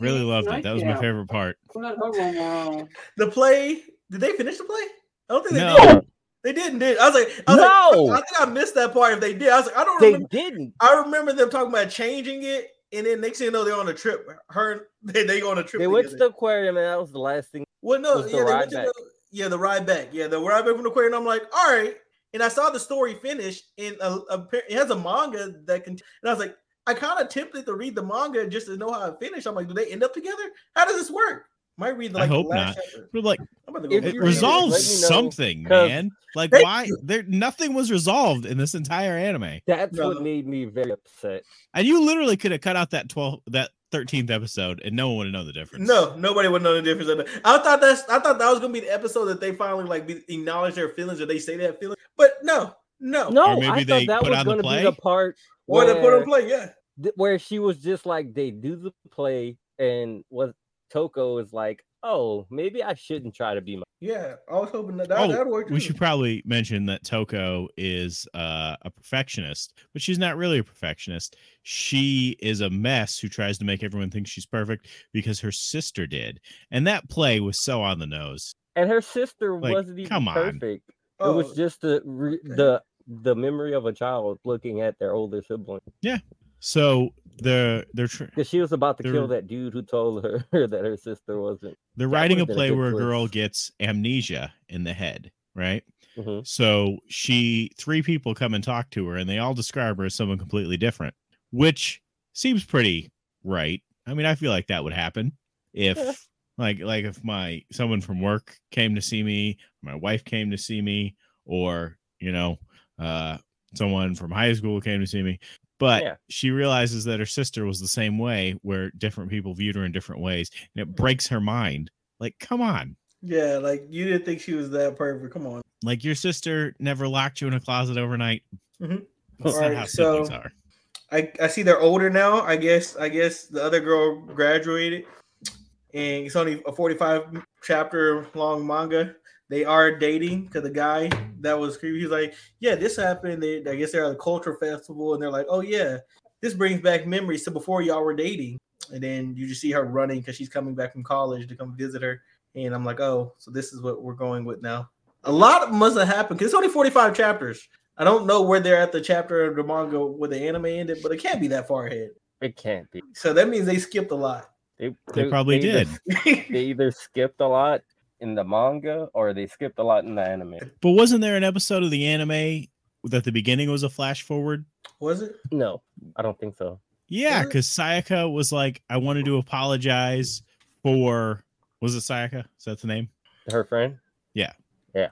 Speaker 1: Really loved it. That was my favorite part.
Speaker 3: favorite.
Speaker 4: the play? Did they finish the play? I don't think they did.
Speaker 1: No,
Speaker 4: They didn't. Did I was like, I was
Speaker 2: No!
Speaker 4: like, I think I missed that part. If they did, I was like, I don't
Speaker 2: they
Speaker 4: remember.
Speaker 2: didn't.
Speaker 4: I remember them talking about changing it, and then next thing you know, they're on a trip. Her, they, they go on a trip.
Speaker 2: They went to
Speaker 4: together.
Speaker 2: the aquarium, and that was the last thing.
Speaker 4: Well, no,
Speaker 2: was the
Speaker 4: yeah, they
Speaker 2: ride
Speaker 4: went to
Speaker 2: back.
Speaker 4: the yeah the ride back, yeah, the ride back from the aquarium. I'm like, all right, and I saw the story finish, and a, a, it has a manga that can, and I was like, I kind of tempted to read the manga just to know how it finished. I'm like, do they end up together? How does this work? Might read the,
Speaker 1: I
Speaker 4: like
Speaker 1: hope
Speaker 4: the last chapter.
Speaker 1: We're like
Speaker 4: I'm about
Speaker 2: If
Speaker 4: look
Speaker 1: it
Speaker 2: you read it,
Speaker 4: for that.
Speaker 1: resolves
Speaker 2: let me know,
Speaker 1: something,
Speaker 2: 'cause-
Speaker 1: man. Like
Speaker 4: Thank
Speaker 1: why
Speaker 4: you.
Speaker 1: there nothing was resolved in this entire anime.
Speaker 2: That's
Speaker 4: No.
Speaker 2: what made me very upset.
Speaker 1: And you literally could have cut out that 12 that 13th episode and no one would have known the difference.
Speaker 4: No, nobody would know the difference. of that. I thought that's I thought that was gonna be the episode that they finally like be, acknowledge their feelings or they say they have feelings, but no, no,
Speaker 2: No,
Speaker 1: maybe
Speaker 2: I
Speaker 1: they
Speaker 2: thought that
Speaker 1: put
Speaker 2: was
Speaker 1: on the
Speaker 2: going to be
Speaker 1: play?
Speaker 2: the part
Speaker 4: Why they put
Speaker 2: where-
Speaker 4: on play? Yeah,
Speaker 2: th- where she was just like, they do the play, and what Toko is like, oh, maybe I shouldn't try to be my.
Speaker 4: yeah. I was hoping that that,
Speaker 1: Oh,
Speaker 4: that worked.
Speaker 1: We
Speaker 4: too.
Speaker 1: should probably mention that Toko is uh, a perfectionist, but she's not really a perfectionist. She is a mess who tries to make everyone think she's perfect because her sister did. And that play was so on the nose.
Speaker 2: And her sister
Speaker 1: Like,
Speaker 2: wasn't even
Speaker 1: come on.
Speaker 2: perfect.
Speaker 4: Oh,
Speaker 2: It was just the re- the the memory of a child looking at their older sibling
Speaker 1: So they're they're tr-
Speaker 2: because she was about to kill
Speaker 1: They're-
Speaker 2: that dude who told her that her sister wasn't.
Speaker 1: they're
Speaker 2: That
Speaker 1: writing a
Speaker 2: would've been a
Speaker 1: play
Speaker 2: good
Speaker 1: where a
Speaker 2: twist.
Speaker 1: girl gets amnesia in the head, right?
Speaker 2: Mhm.
Speaker 1: So she, three people come and talk to her, and they all describe her as someone completely different, which seems pretty right. I mean, I feel like that would happen if,
Speaker 2: Yeah.
Speaker 1: like, like if my someone from work came to see me, my wife came to see me, or you know, uh, someone from high school came to see me. But
Speaker 2: Yeah.
Speaker 1: she realizes that her sister was the same way, where different people viewed her in different ways, and it breaks her mind. Like, come on.
Speaker 4: yeah. Like you didn't think she was that perfect. Come on.
Speaker 1: Like your sister never locked you in a closet overnight.
Speaker 4: Mhm.
Speaker 1: That's not
Speaker 4: Alright,
Speaker 1: how
Speaker 4: so-
Speaker 1: siblings are.
Speaker 4: I, I see they're older now. I guess I guess the other girl graduated, and it's only a forty-five chapter long manga. They are dating because the guy that was creepy, he was like, "Yeah, this happened." They, I guess they're at a cultural festival, and they're like, "Oh yeah, this brings back memories to before y'all were dating." And then you just see her running because she's coming back from college to come visit her, and I'm like, "Oh, so this is what we're going with now." A lot must have happened because it's only forty-five chapters. I don't know where they're at the chapter of the manga where the anime ended, but it can't be that far ahead.
Speaker 2: It can't be.
Speaker 4: So that means they skipped a lot.
Speaker 2: They,
Speaker 1: They probably
Speaker 2: either-
Speaker 1: did.
Speaker 2: they either skipped a lot in the manga or they skipped a lot in the anime.
Speaker 1: But wasn't there an episode of the anime that the beginning was a flash forward?
Speaker 4: Was it?
Speaker 2: No, I don't think so.
Speaker 1: Yeah,
Speaker 4: Really?
Speaker 1: because Sayaka was like, I wanted to apologize for was it Sayaka? Is that the name?
Speaker 2: Her friend.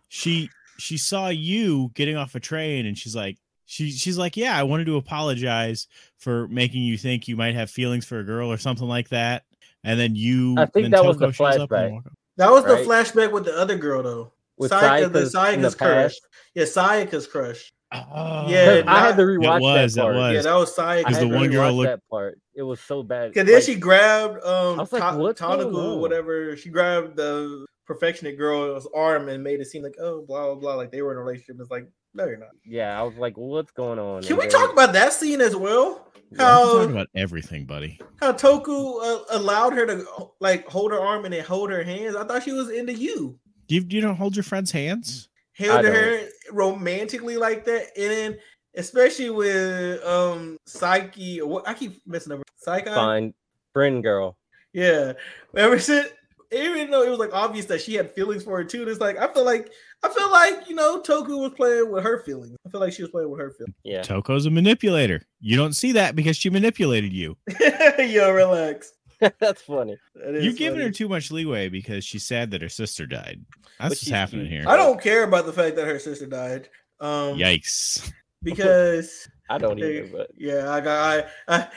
Speaker 1: She she saw you getting off a train and she's like she she's like, Yeah, I wanted to apologize for making you think you might have feelings for a girl or something like that. And then you
Speaker 2: I think
Speaker 1: then
Speaker 2: that was the
Speaker 1: shows up
Speaker 2: flashback.
Speaker 1: and walk up.
Speaker 4: That was
Speaker 2: Right.
Speaker 4: the flashback with the other girl though.
Speaker 2: With
Speaker 4: Sayaka, the
Speaker 2: Sayaka's in the
Speaker 4: Sayaka's crush.
Speaker 2: past.
Speaker 4: Yeah, Sayaka's crush.
Speaker 1: Oh.
Speaker 4: Yeah,
Speaker 2: I had to
Speaker 1: It
Speaker 2: rewatch
Speaker 1: was,
Speaker 2: that
Speaker 1: it
Speaker 2: part.
Speaker 1: was.
Speaker 4: Yeah, that was Sayaka.
Speaker 2: I
Speaker 1: Because
Speaker 2: had
Speaker 1: the
Speaker 2: to
Speaker 1: one girl
Speaker 2: rewatch
Speaker 1: looked-
Speaker 2: that part. It was so bad.
Speaker 4: Cause then
Speaker 2: Like,
Speaker 4: she grabbed um
Speaker 2: I was like,
Speaker 4: Ta-
Speaker 2: what's
Speaker 4: Tana
Speaker 2: going
Speaker 4: Gru or
Speaker 2: on?
Speaker 4: whatever. She grabbed the perfectionist girl's arm and made it seem like oh blah blah blah like they were in a relationship. It's like no, you're not.
Speaker 2: yeah, I was like, what's going on?
Speaker 4: Can
Speaker 2: And
Speaker 4: we
Speaker 2: then-
Speaker 4: talk about that scene as well?
Speaker 1: We
Speaker 4: How
Speaker 1: talked about everything, buddy.
Speaker 4: how Toku uh, allowed her to like hold her arm and then hold her hands? I thought she was into you.
Speaker 1: You you don't hold your friend's hands?
Speaker 4: held
Speaker 2: I
Speaker 4: her romantically like that, and then especially with um Psyche. or What I keep messing up, Psyche.
Speaker 2: Fine, friend girl.
Speaker 4: Yeah, ever since. Even though it was like obvious that she had feelings for it too, and it's like I feel like I feel like you know Toku was playing with her feelings. I feel like she was playing with her
Speaker 2: Yeah,
Speaker 1: Toko's a manipulator. You don't see that because she manipulated you.
Speaker 4: feelings. Yo, relax.
Speaker 2: that's funny.
Speaker 4: That
Speaker 1: You've
Speaker 4: is
Speaker 1: given
Speaker 4: funny.
Speaker 1: her too much leeway because she's sad that her sister died. That's what's
Speaker 2: she's
Speaker 1: happening
Speaker 2: cute.
Speaker 1: here.
Speaker 4: I don't care about the fact that her sister died. Um,
Speaker 1: Yikes.
Speaker 4: because
Speaker 2: I don't
Speaker 4: They-
Speaker 2: either, but
Speaker 4: Yeah, I got. I, I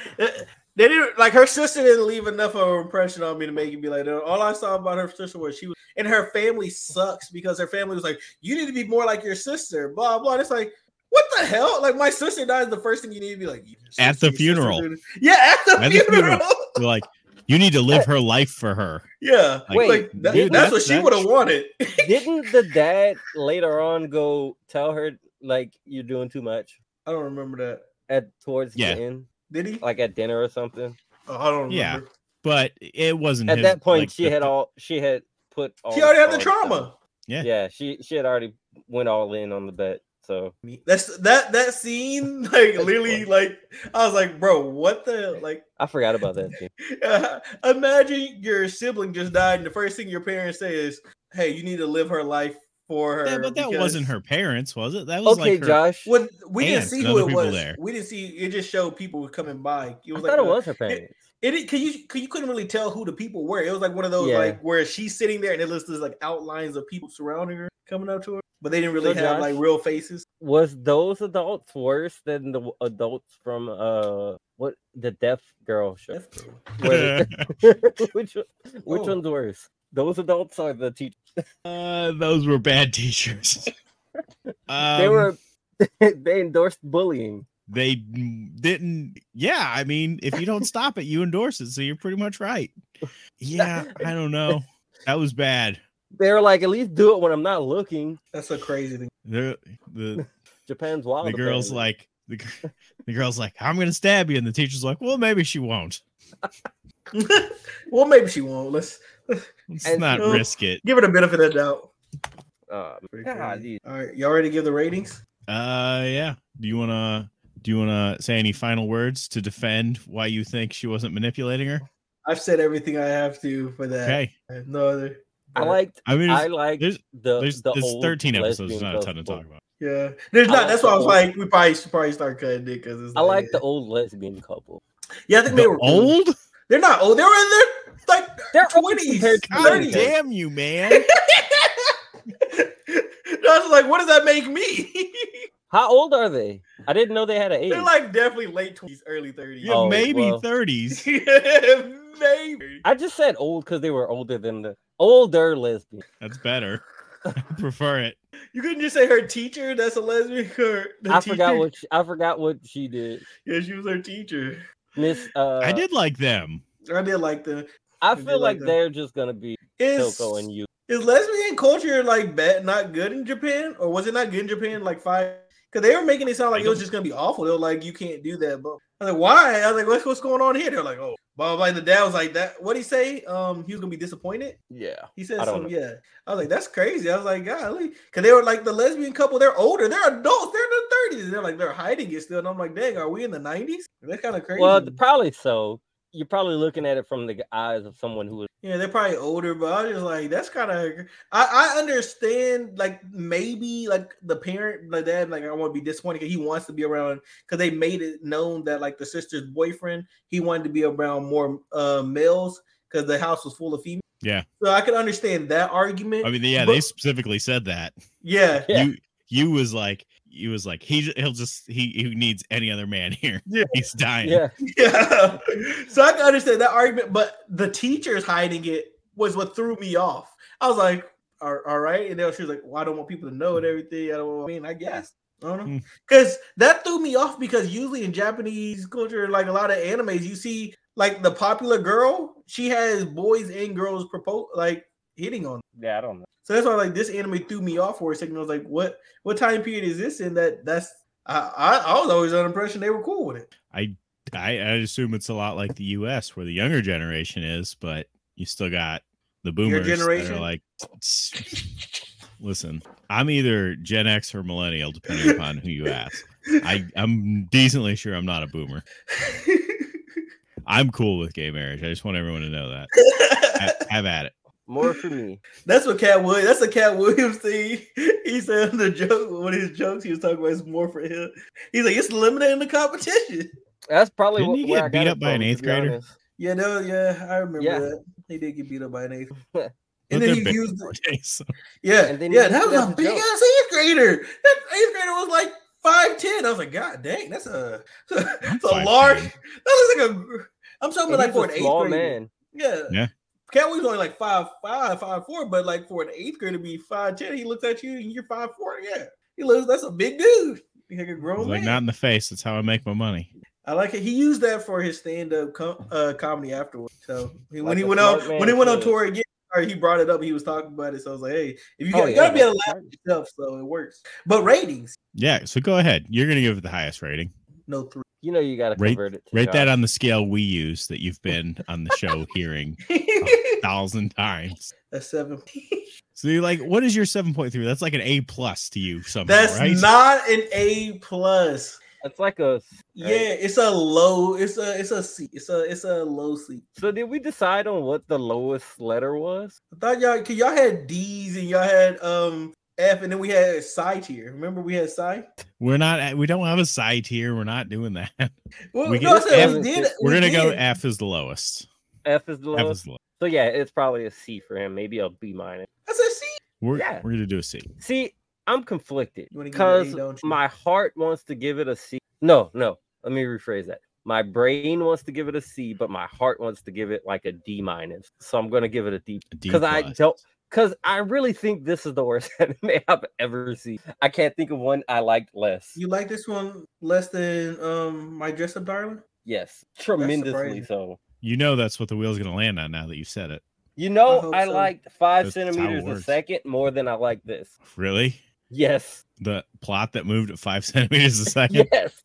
Speaker 4: they didn't like her sister didn't leave enough of an impression on me to make it be like that. All I saw about her sister was she was, and her family sucks because her family was like, you need to be more like your sister. Blah blah. And it's like, what the hell? Like my sister dies, the first thing you need to be like your sister,
Speaker 1: At the
Speaker 4: your sister
Speaker 1: funeral.
Speaker 4: did it. Yeah, at the
Speaker 1: At the
Speaker 4: funeral.
Speaker 1: funeral. You're like, you need to live her life for her.
Speaker 4: Yeah,
Speaker 1: Like,
Speaker 4: like,
Speaker 2: Wait,
Speaker 4: that-
Speaker 1: dude,
Speaker 4: that's
Speaker 1: that-
Speaker 4: what she
Speaker 1: that-
Speaker 4: would have wanted.
Speaker 2: didn't the dad later on go tell her like you're doing too much
Speaker 4: I don't remember that.
Speaker 2: at towards
Speaker 1: Yeah.
Speaker 2: the end,
Speaker 4: Did he?
Speaker 2: like at dinner or something?
Speaker 4: Oh, I don't remember.
Speaker 1: Yeah. But it wasn't
Speaker 2: At
Speaker 1: his-
Speaker 2: that point,
Speaker 1: like,
Speaker 2: she
Speaker 1: the-
Speaker 2: had all she had put. All
Speaker 4: She already had the
Speaker 2: all-
Speaker 4: trauma.
Speaker 1: Yeah.
Speaker 2: Yeah. she she had already went all in on the bet. So
Speaker 4: That's that that scene, like
Speaker 2: funny.
Speaker 4: literally, like I was like, bro, what the like?
Speaker 2: I forgot about that. Scene.
Speaker 4: imagine your sibling just died, and the first thing your parents say is, "Hey, you need to live her life for her."
Speaker 1: Yeah, but that
Speaker 4: because-"
Speaker 1: wasn't her parents, was it? That was
Speaker 2: Okay,
Speaker 1: like her,
Speaker 2: Josh.
Speaker 4: What we didn't
Speaker 1: Aunts
Speaker 4: see
Speaker 1: and
Speaker 4: who
Speaker 1: other
Speaker 4: it
Speaker 1: people
Speaker 4: was.
Speaker 1: there.
Speaker 4: We didn't see. It just showed people coming by. It
Speaker 2: I
Speaker 4: was
Speaker 2: thought
Speaker 4: like
Speaker 2: it
Speaker 4: a-
Speaker 2: was her parents.
Speaker 4: It, it cause you cause you couldn't really tell who the people were. It was like one of those
Speaker 2: Yeah.
Speaker 4: like where she's sitting there and it lists like outlines of people surrounding her coming up to her, but they didn't really
Speaker 2: So,
Speaker 4: have
Speaker 2: Josh-
Speaker 4: like real faces.
Speaker 2: was those adults worse than the w- adults from uh what the deaf girl show? Where they- which one- which
Speaker 4: Oh.
Speaker 2: one's worse? Those adults are the teachers.
Speaker 1: uh, those were bad teachers. Um,
Speaker 2: they were they endorsed bullying.
Speaker 1: They didn't. Yeah, I mean, if you don't stop it, you endorse it. So you're pretty much right. Yeah, I don't know. That was bad.
Speaker 2: They were like, at least do it when I'm not looking.
Speaker 4: That's a crazy thing.
Speaker 1: The the
Speaker 2: Japan's wild.
Speaker 1: the girl's
Speaker 2: apparently.
Speaker 1: like the, gir- the girl's like I'm gonna stab you, and the teacher's like, well, maybe she won't.
Speaker 4: well, maybe she won't. Let's
Speaker 1: Let's
Speaker 2: And-
Speaker 1: not
Speaker 4: No.
Speaker 1: risk it.
Speaker 4: give her the benefit of the doubt.
Speaker 2: Uh,
Speaker 4: Pretty
Speaker 2: God,
Speaker 4: crazy.
Speaker 2: these-
Speaker 4: All right, y'all ready to give the ratings?
Speaker 1: Uh, yeah. Do you wanna do you wanna say any final words to defend why you think she wasn't manipulating her?
Speaker 4: I've said everything I have to for that.
Speaker 1: Okay.
Speaker 4: I have no other.
Speaker 2: I liked.
Speaker 1: I mean,
Speaker 2: I
Speaker 1: there's
Speaker 2: liked
Speaker 1: there's-
Speaker 2: the
Speaker 1: there's,
Speaker 2: the
Speaker 1: there's
Speaker 2: old
Speaker 1: 13 episodes. There's
Speaker 2: lesbian
Speaker 1: not a ton to
Speaker 2: couple.
Speaker 1: talk about.
Speaker 4: Yeah, there's
Speaker 2: I
Speaker 4: not.
Speaker 2: like
Speaker 4: that's why I was
Speaker 2: the-
Speaker 4: like, we probably should probably start cutting it because it's.
Speaker 2: I like
Speaker 4: yeah.
Speaker 2: the old lesbian couple.
Speaker 4: Yeah, I think they
Speaker 1: The
Speaker 4: were old.
Speaker 1: old?
Speaker 4: They're not old. They were in their like
Speaker 2: They're old
Speaker 4: 20s,
Speaker 2: compared to the
Speaker 1: God
Speaker 4: Thirty.
Speaker 2: young guys.
Speaker 1: damn you, man!
Speaker 4: I was like, what does that make me?
Speaker 2: How old are they? I didn't know they had an age.
Speaker 4: They're like definitely late twenties, early thirties.
Speaker 1: Yeah,
Speaker 2: Oh,
Speaker 1: maybe
Speaker 2: well.
Speaker 1: 30s.
Speaker 4: maybe.
Speaker 2: I just said old because they were older than the older lesbian.
Speaker 1: That's better. I prefer it.
Speaker 4: You couldn't just say her teacher. That's a lesbian. Her, the
Speaker 2: I
Speaker 4: teacher.
Speaker 2: forgot what she, I forgot what she did.
Speaker 4: Yeah, she was her teacher.
Speaker 2: Miss, uh,
Speaker 1: I did like them.
Speaker 4: I did like the.
Speaker 2: I
Speaker 4: did
Speaker 2: feel
Speaker 4: like
Speaker 2: like
Speaker 4: that.
Speaker 2: they're just gonna be
Speaker 4: Is
Speaker 2: Toko and you.
Speaker 4: is lesbian culture like bad, not good in Japan, or was it not good in Japan like five? Because they were making it sound like
Speaker 1: I
Speaker 4: it was just gonna be awful. They were like, you can't do that. But I was like, why? I was like, what's what's going on here? They're like, oh, blah blah. And the dad was like, that. What would he say? Um, he was gonna be disappointed.
Speaker 2: Yeah,
Speaker 4: He said
Speaker 2: I don't
Speaker 4: some, yeah. I was like, that's crazy. I was like, golly, because they were like the lesbian couple. They're older. They're adults. They're in 30s. And they're like, they're hiding it still. And I'm like, dang, are we in the 90s? That's kind of crazy.
Speaker 2: Well, probably so. You're probably looking at it from the eyes of someone who was.
Speaker 4: yeah, they're probably older, but I was just like, that's kind of. I, I understand, like, maybe, like, the parent, like, dad, like, I want to be disappointed because he wants to be around, because they made it known that, like, the sister's boyfriend, he wanted to be around more uh males because the house was full of females.
Speaker 1: Yeah.
Speaker 4: So I could understand that argument.
Speaker 1: I mean, yeah, they specifically said that.
Speaker 4: yeah.
Speaker 2: Yeah.
Speaker 1: You you was like you was like he he'll just he he needs any other man here.
Speaker 4: Yeah.
Speaker 1: He's dying.
Speaker 2: Yeah,
Speaker 4: Yeah. So I can understand that argument, but the teachers hiding it was what threw me off. I was like, all all right. And then she was like, well, I don't want people to know and everything. I don't I mean, I guess. I don't know.
Speaker 1: Mm.
Speaker 4: Because that threw me off because usually in Japanese culture, like a lot of animes, you see like the popular girl, she has boys and girls propose like hitting on.
Speaker 2: yeah, I don't know.
Speaker 4: So that's why like this anime threw me off for a second. I was like, what what time period is this in that that's I, I, I was always under the impression they were cool with it.
Speaker 1: I I I assume it's a lot like the US where the younger generation is, but you still got the boomers that
Speaker 4: generation?
Speaker 1: are like listen, I'm either Gen X or millennial, depending upon who you ask. I, I'm decently sure I'm not a boomer. I'm cool with gay marriage. I just want everyone to know that. Have, have at it.
Speaker 2: More for me.
Speaker 4: That's what Cat Williams. That's a Cat Williams thing. He said the joke. One of his jokes he was talking about is more for him. He's like, it's eliminating the competition.
Speaker 2: That's probably
Speaker 1: Didn't
Speaker 2: what
Speaker 1: he
Speaker 2: where
Speaker 1: get
Speaker 2: I got
Speaker 1: beat
Speaker 2: it
Speaker 1: up by an
Speaker 2: from, to
Speaker 1: eighth
Speaker 2: be
Speaker 1: grader?
Speaker 2: honest.
Speaker 4: Yeah, no, yeah, I remember
Speaker 2: Yeah.
Speaker 4: that. He did get beat up by an eighth.
Speaker 2: But
Speaker 4: And then
Speaker 1: they're
Speaker 4: he
Speaker 1: big
Speaker 4: used,
Speaker 1: nowadays.
Speaker 4: yeah,
Speaker 2: And then he
Speaker 4: yeah,
Speaker 2: used
Speaker 4: that
Speaker 2: it
Speaker 4: was
Speaker 2: as
Speaker 4: a
Speaker 2: a
Speaker 4: big
Speaker 2: joke.
Speaker 4: ass eighth grader. That eighth grader was like five ten. I was like, God dang, that's a that's a
Speaker 1: 5'10".
Speaker 4: large. That looks like a. I'm
Speaker 2: and
Speaker 4: talking about like
Speaker 2: he's
Speaker 4: for
Speaker 2: a
Speaker 4: an eighth
Speaker 2: small
Speaker 4: grader.
Speaker 2: man.
Speaker 4: Yeah.
Speaker 1: Yeah.
Speaker 4: Cat was only like five five, five four, but like for an eighth grader to be five ten, he looks at you and you're five four. Yeah. He looks that's a big dude. He's like a
Speaker 1: He's
Speaker 4: grown
Speaker 1: like,
Speaker 4: Oh, man.
Speaker 1: not in the face. That's how I make my money.
Speaker 4: I like it. He used that for his stand-up com- uh, comedy afterwards. So he- when
Speaker 2: Like
Speaker 4: he
Speaker 2: a
Speaker 4: went on
Speaker 2: smart man
Speaker 4: when he went on
Speaker 2: should.
Speaker 4: tour again, or he brought it up, he was talking about it. So I was like, hey, if you,
Speaker 2: Oh,
Speaker 4: got, you
Speaker 2: yeah,
Speaker 4: gotta be able to
Speaker 2: that's
Speaker 4: laugh
Speaker 2: smart.
Speaker 4: at yourself, so it works. But ratings,
Speaker 1: Yeah. So go ahead. You're gonna give it the highest rating.
Speaker 4: no three.
Speaker 2: You know you gotta
Speaker 1: Rate-
Speaker 2: convert it. To
Speaker 1: Rate that
Speaker 2: up.
Speaker 1: on the scale we use that you've been on the show hearing a thousand times.
Speaker 4: a seven.
Speaker 1: So you're like, what is your seven point three? That's like an A plus to you somehow,
Speaker 4: That's
Speaker 1: right?
Speaker 4: not an A plus.
Speaker 2: It's like a.
Speaker 4: Yeah, it's a low. It's a it's a C. It's a it's a low C.
Speaker 2: So did we decide on what the lowest letter was?
Speaker 4: I thought y'all cause y'all had D's and y'all had um F and then we had Psi tier. Remember we had Psi?
Speaker 1: We're not. We don't have a side here. We're not doing that.
Speaker 4: Well,
Speaker 1: We
Speaker 4: no, I
Speaker 1: get
Speaker 4: said
Speaker 2: F.
Speaker 4: we did.
Speaker 1: We're
Speaker 4: we
Speaker 1: gonna go.
Speaker 4: did.
Speaker 1: F is the lowest.
Speaker 2: F is the
Speaker 1: F
Speaker 2: lowest.
Speaker 1: is the lowest.
Speaker 2: So yeah, it's probably a C for him. Maybe a B minus.
Speaker 4: I said C.
Speaker 1: We're
Speaker 2: Yeah.
Speaker 1: we're gonna do a C.
Speaker 2: See, I'm conflicted
Speaker 4: You wanna give it an A,
Speaker 2: because
Speaker 4: don't you?
Speaker 2: my heart wants to give it a C. No, no. Let me rephrase that. My brain wants to give it a C, but my heart wants to give it like a D minus. So I'm gonna give it a D
Speaker 1: A D
Speaker 2: because I
Speaker 1: plus.
Speaker 2: don't. Because I really think this is the worst anime I've ever seen. I can't think of one I liked less.
Speaker 4: You like this one less than um my dress up darling?
Speaker 2: yes, tremendously
Speaker 4: surprising.
Speaker 2: so.
Speaker 1: You know that's what the wheel's gonna land on now that you've said it.
Speaker 2: You know,
Speaker 4: hope
Speaker 2: I,
Speaker 4: so.
Speaker 2: liked five
Speaker 1: That's how it
Speaker 2: centimeters a
Speaker 1: works.
Speaker 2: second more than I like this.
Speaker 1: Really?
Speaker 2: Yes,
Speaker 1: The plot that moved at five centimeters a second.
Speaker 2: yes.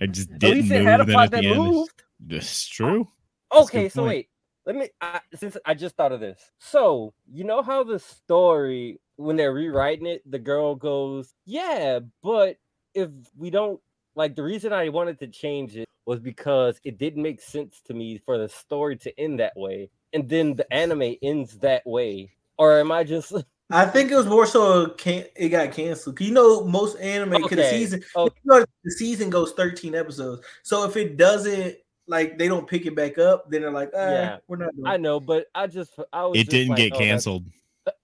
Speaker 1: I just
Speaker 2: At
Speaker 1: didn't
Speaker 2: least
Speaker 1: move.
Speaker 2: it had a
Speaker 1: then
Speaker 2: plot
Speaker 1: at the
Speaker 2: that
Speaker 1: end, it's-
Speaker 2: moved.
Speaker 1: That's true. That's a good
Speaker 2: Okay, so
Speaker 1: point.
Speaker 2: wait. Let me. I, since I just thought of this, so you know how the story when they're rewriting it, the girl goes, "Yeah, but if we don't like the reason I wanted to change it was because it didn't make sense to me for the story to end that way, and then the anime ends that way." Or am I just
Speaker 4: I think it was more so can it got canceled. 'Cause You know, most anime because the
Speaker 2: Okay, Oh.
Speaker 4: season
Speaker 2: okay.
Speaker 4: you know, the season goes 13 episodes. So if it doesn't like they don't pick it back up, then they're like, ah,
Speaker 2: Yeah.
Speaker 4: we're not doing
Speaker 2: I
Speaker 4: it.
Speaker 2: know, but I just I was
Speaker 1: It
Speaker 2: just
Speaker 1: didn't
Speaker 2: like,
Speaker 1: get
Speaker 2: "Oh, that's-
Speaker 1: canceled.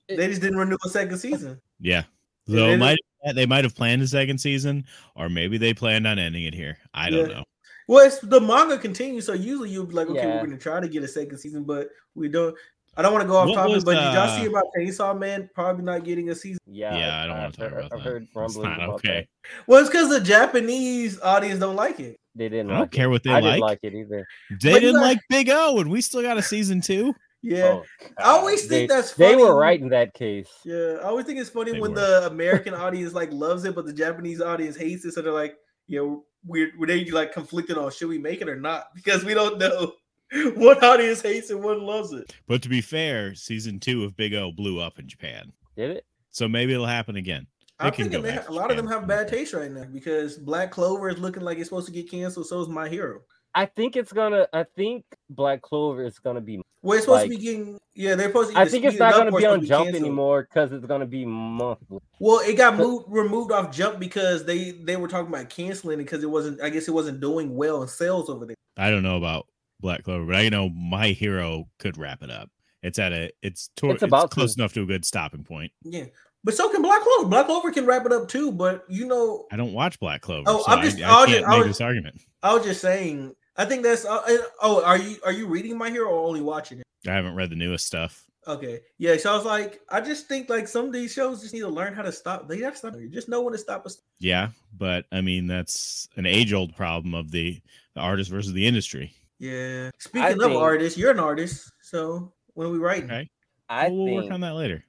Speaker 2: it-
Speaker 4: They just didn't renew a second season.
Speaker 1: Yeah.
Speaker 4: And
Speaker 1: So
Speaker 4: then-
Speaker 1: might they might have planned a second season, or maybe they planned on ending it here. I don't
Speaker 4: Yeah.
Speaker 1: know.
Speaker 4: Well, it's, the manga continues, so usually you'll be like, okay,
Speaker 2: Yeah.
Speaker 4: we're gonna try to get a second season, but we don't. I don't want to go off
Speaker 1: What
Speaker 4: topic,
Speaker 1: was,
Speaker 4: but did y'all
Speaker 1: uh,
Speaker 4: see about Chainsaw Man probably not getting a season?
Speaker 2: Yeah,
Speaker 1: Yeah, I don't wanna
Speaker 2: I've
Speaker 1: talk
Speaker 2: heard-
Speaker 1: about
Speaker 2: I've
Speaker 1: that.
Speaker 2: heard
Speaker 1: It's
Speaker 2: rumblings
Speaker 1: not
Speaker 2: about
Speaker 1: okay.
Speaker 2: that.
Speaker 4: Well, it's because the Japanese audience don't like it.
Speaker 2: They didn't.
Speaker 1: I don't
Speaker 2: like it.
Speaker 1: care what they
Speaker 2: I
Speaker 1: like.
Speaker 2: didn't like it either.
Speaker 1: They
Speaker 4: But
Speaker 1: didn't
Speaker 4: you got-
Speaker 1: like Big O, and we still got a season two.
Speaker 4: Yeah,
Speaker 2: Oh,
Speaker 4: I always
Speaker 2: God.
Speaker 4: think
Speaker 2: They-
Speaker 4: that's
Speaker 2: they were
Speaker 4: funny.
Speaker 2: right in that case.
Speaker 4: Yeah, I always think it's funny
Speaker 1: They
Speaker 4: when
Speaker 1: were.
Speaker 4: the American audience like loves it, but the Japanese audience hates it. So they're like, yeah, we're, we're they like conflicted on should we make it or not because we don't know. One audience hates it, one loves it.
Speaker 1: But to be fair, season two of Big O blew up in Japan,
Speaker 2: Did it?
Speaker 1: so maybe it'll happen again.
Speaker 4: I'm
Speaker 1: can
Speaker 4: thinking
Speaker 1: go
Speaker 4: they,
Speaker 1: back
Speaker 4: ha-
Speaker 1: to
Speaker 4: a lot of them
Speaker 1: Japan.
Speaker 4: have bad taste right now because Black Clover is looking like it's supposed to get canceled. So is My Hero.
Speaker 2: I think it's gonna. I think Black Clover is gonna be.
Speaker 4: Well, it's supposed
Speaker 2: Like-
Speaker 4: to be getting. Yeah, they're supposed to.
Speaker 2: I
Speaker 4: the
Speaker 2: think it's
Speaker 4: speed
Speaker 2: not
Speaker 4: up
Speaker 2: gonna
Speaker 4: or
Speaker 2: be
Speaker 4: it's
Speaker 2: on Jump
Speaker 4: canceled.
Speaker 2: anymore because it's gonna be monthly.
Speaker 4: Well, it got
Speaker 2: But-
Speaker 4: moved removed off Jump because they they were talking about canceling it because it wasn't. I guess it wasn't doing well in sales over there.
Speaker 1: I don't know about Black Clover, but I know My Hero could wrap it up. It's at a it's tor-
Speaker 2: It's
Speaker 1: it's,
Speaker 2: about to.
Speaker 1: close enough to a good stopping point.
Speaker 4: Yeah, but so can Black Clover. Black Clover can wrap it up too. But you know,
Speaker 1: I don't watch Black Clover,
Speaker 4: Oh,
Speaker 1: so
Speaker 4: I'm
Speaker 1: I-
Speaker 4: just-
Speaker 1: I,
Speaker 4: I'll
Speaker 1: can't
Speaker 4: just-
Speaker 1: make
Speaker 4: I'll-
Speaker 1: this argument.
Speaker 4: I was just saying. I think that's. Uh, uh, oh, are you are you reading My Hero or only watching it?
Speaker 1: I haven't read the newest stuff.
Speaker 4: Okay, yeah. So I was like, I just think like some of these shows just need to learn how to stop. They gotta stop. You just know when to stop. us.
Speaker 1: Yeah, but I mean that's an age old problem of the, the artist versus the industry.
Speaker 4: Yeah. Speaking of
Speaker 2: think-
Speaker 4: artists, you're an artist. So when are we writing,
Speaker 1: Okay,
Speaker 2: I
Speaker 1: we'll, we'll
Speaker 2: think
Speaker 1: work on that later.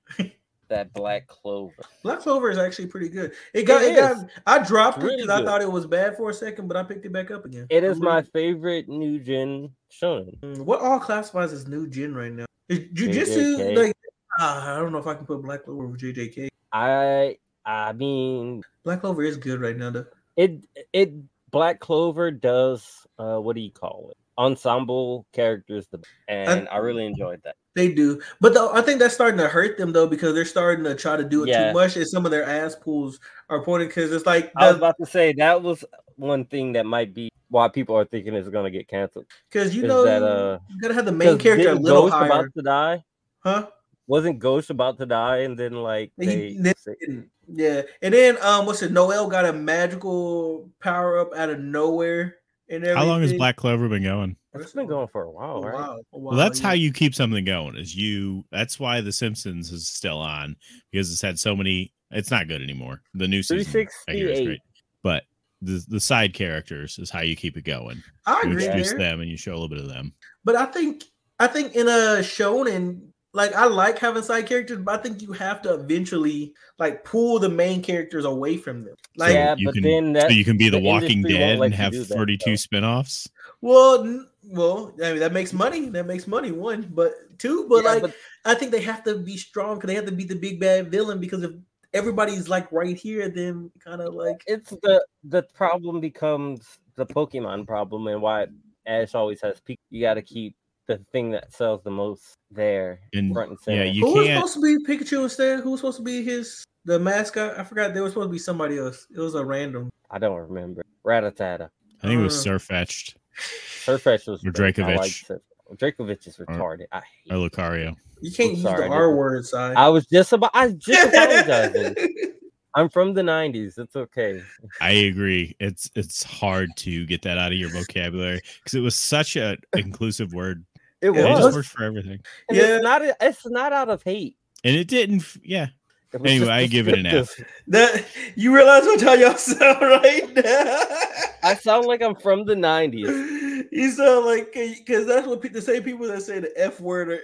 Speaker 2: that Black Clover.
Speaker 4: Black Clover is actually pretty good. It got. It,
Speaker 2: It
Speaker 4: got. I dropped
Speaker 2: It's
Speaker 4: it
Speaker 2: really
Speaker 4: because I
Speaker 2: good.
Speaker 4: thought it was bad for a second, but I picked it back up again.
Speaker 2: It is
Speaker 4: I'm
Speaker 2: my
Speaker 4: really-
Speaker 2: favorite new gen shonen.
Speaker 4: Mm, What all classifies as new gen right now? Is Jujutsu
Speaker 2: JJK.
Speaker 4: like? ah, I don't know if I can put Black Clover with JJK.
Speaker 2: I I mean
Speaker 4: Black Clover is good right now though.
Speaker 2: it it Black Clover does uh what do you call it? Ensemble characters the and I really enjoyed that.
Speaker 4: They do, but though I think that's starting to hurt them though because they're starting to try to do it
Speaker 2: Yeah.
Speaker 4: too much, and some of their ass pools are pointing because it's like
Speaker 2: I was about to say that was one thing that might be why people are thinking it's gonna get canceled.
Speaker 4: because you
Speaker 2: is
Speaker 4: know
Speaker 2: that, uh,
Speaker 4: you gotta have the main
Speaker 2: 'Cause
Speaker 4: character a
Speaker 2: didn't
Speaker 4: little
Speaker 2: Ghost
Speaker 4: higher,
Speaker 2: about to die?
Speaker 4: huh?
Speaker 2: Wasn't Ghost about to die and then like
Speaker 4: He
Speaker 2: they,
Speaker 4: did-
Speaker 2: say-
Speaker 4: Didn't. Mm, Yeah, and then um, what's it? Noel got a magical power up out of nowhere, and everything.
Speaker 1: How long has Black Clover been going?
Speaker 2: it's been going for a while,
Speaker 4: Oh,
Speaker 2: right?
Speaker 4: wow,
Speaker 1: Well, that's how you keep something going. Is you? That's why The Simpsons is still on because it's had so many. It's not good anymore. The new season, I hear, is
Speaker 2: 368.
Speaker 1: great, but the the side characters is how you keep it going.
Speaker 4: I
Speaker 1: You
Speaker 4: agree
Speaker 1: introduce
Speaker 4: there.
Speaker 1: them and you show a little bit of them.
Speaker 4: But I think I think in a shonen, like I like having side characters, but I think you have to eventually like pull the main characters away from them. Like,
Speaker 2: yeah,
Speaker 1: you
Speaker 2: but
Speaker 1: can-
Speaker 2: then that
Speaker 1: so you can be the,
Speaker 2: the
Speaker 1: Walking
Speaker 2: industry won't
Speaker 1: Dead
Speaker 2: let
Speaker 1: and
Speaker 2: you
Speaker 1: have
Speaker 2: do that,
Speaker 1: 32
Speaker 2: though.
Speaker 1: spin-offs.
Speaker 4: well, n- well, I mean that makes money. That makes money. One, but two, but
Speaker 2: yeah,
Speaker 4: like I think they have to be strong because they have to be the big bad villain. Because if everybody's like right here, then kind of like
Speaker 2: it's the the problem becomes the Pokemon problem and why Ash always has peak. You got to keep the thing that sells the most there
Speaker 1: And-
Speaker 2: front and
Speaker 1: yeah,
Speaker 2: center.
Speaker 1: you
Speaker 4: who was
Speaker 1: can't-
Speaker 4: supposed to be Pikachu instead? Who was supposed to be his the mascot? I forgot. There was supposed to be somebody else. It was a random.
Speaker 2: I don't remember. Ratatata.
Speaker 1: I think it was
Speaker 4: Uh.
Speaker 1: Surfetched
Speaker 2: Surfetch was
Speaker 1: Or
Speaker 2: great. I
Speaker 1: Dracovic. Uh,
Speaker 2: like Surf- Dracovic is retarded. I
Speaker 1: or
Speaker 2: hate. it.
Speaker 1: Lucario.
Speaker 4: You can't use
Speaker 2: sorry,
Speaker 4: the
Speaker 2: I
Speaker 4: R
Speaker 2: didn't-
Speaker 4: word, side.
Speaker 2: I was just about. I was just apologizing. I'm from the '90s. It's okay.
Speaker 1: I agree. It's it's hard to get that out of your vocabulary because it was such an inclusive word.
Speaker 2: It
Speaker 4: Yeah,
Speaker 1: And It
Speaker 4: was.
Speaker 1: just
Speaker 2: was.
Speaker 1: worked for everything,
Speaker 2: And
Speaker 4: Yeah.
Speaker 2: It's not. It's not out of hate.
Speaker 1: and it didn't. f- Yeah,
Speaker 2: It was
Speaker 1: Anyway,
Speaker 2: just
Speaker 1: I give it an F.
Speaker 2: descriptive.
Speaker 4: That you realize what y'all y'all sound right now.
Speaker 2: I sound like I'm from the '90s.
Speaker 4: You sound uh, like because that's what pe- the same people that say the f word or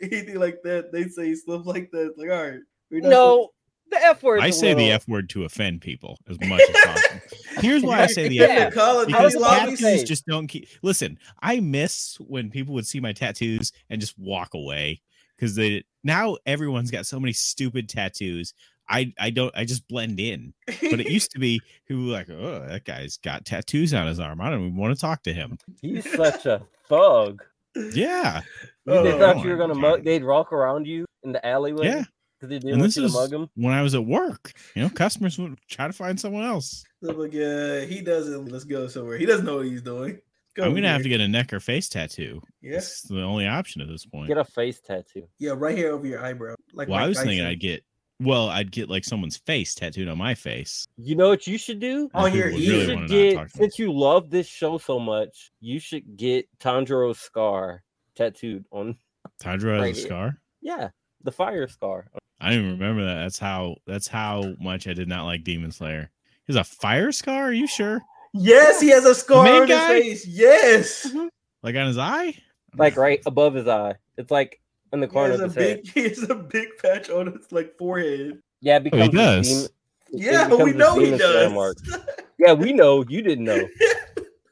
Speaker 4: anything like that. They say stuff like that. Like, all right, we're not
Speaker 2: No, the F word.
Speaker 1: I
Speaker 2: is a
Speaker 1: say the
Speaker 2: little-
Speaker 1: F word to offend people as much as possible. Here's why I say the F
Speaker 2: Yeah.
Speaker 1: word.
Speaker 4: Call it
Speaker 1: Because
Speaker 4: the
Speaker 2: was about to
Speaker 4: lobbies.
Speaker 2: say-
Speaker 1: tattoos just don't keep. Listen, I miss when people would see my tattoos and just walk away because they now everyone's got so many stupid tattoos. I I don't I just blend in. But it used to be who were like, oh, that guy's got tattoos on his arm. I don't even want to talk to him.
Speaker 2: He's such a thug.
Speaker 1: Yeah,
Speaker 4: Oh,
Speaker 2: they
Speaker 4: no,
Speaker 2: thought
Speaker 1: no,
Speaker 2: you were
Speaker 1: I-
Speaker 2: gonna mug. They'd walk around you in the alleyway.
Speaker 1: Yeah.
Speaker 2: 'cause they didn't
Speaker 1: and
Speaker 2: want
Speaker 1: this
Speaker 2: you to
Speaker 1: is
Speaker 2: mug them.
Speaker 1: when I was at work. You know, customers would try to find someone else.
Speaker 4: So, like, uh, he doesn't. Let's go somewhere. He doesn't know what he's doing.
Speaker 2: Oh,
Speaker 4: Go
Speaker 1: I'm gonna have to
Speaker 4: here.
Speaker 1: get a neck or face tattoo.
Speaker 4: Yeah,
Speaker 1: It's the only option at this point.
Speaker 2: Get a face tattoo.
Speaker 4: yeah, right here over your eyebrow. Like,
Speaker 1: well, I
Speaker 4: Mike
Speaker 1: was thinking
Speaker 4: Tyson.
Speaker 1: I'd get well, I'd get like someone's face tattooed on my face.
Speaker 2: You know what you should do?
Speaker 4: On
Speaker 1: People
Speaker 4: your ear.
Speaker 1: would
Speaker 2: You
Speaker 4: really
Speaker 2: should
Speaker 1: wanna not
Speaker 2: get
Speaker 1: talk to me.
Speaker 2: since you love this show so much, you should get Tanjiro's scar tattooed on.
Speaker 1: Tundra
Speaker 2: right
Speaker 1: has a
Speaker 2: here.
Speaker 1: scar.
Speaker 2: Yeah, the fire scar.
Speaker 1: I don't even remember that. That's how that's how much I did not like Demon Slayer. He has a fire scar, are you sure?
Speaker 4: Yes, he has a scar
Speaker 1: Main
Speaker 4: on
Speaker 1: guy?
Speaker 4: his face. Yes.
Speaker 1: Like on his eye?
Speaker 2: Like right above his eye. It's like in the
Speaker 4: He
Speaker 2: corner
Speaker 4: has
Speaker 2: of
Speaker 4: a
Speaker 2: his head.
Speaker 4: big, he has a big patch on his like forehead.
Speaker 2: Yeah, because
Speaker 1: Oh, does.
Speaker 4: Yeah, we know he does.
Speaker 2: Yeah, we know. You didn't know.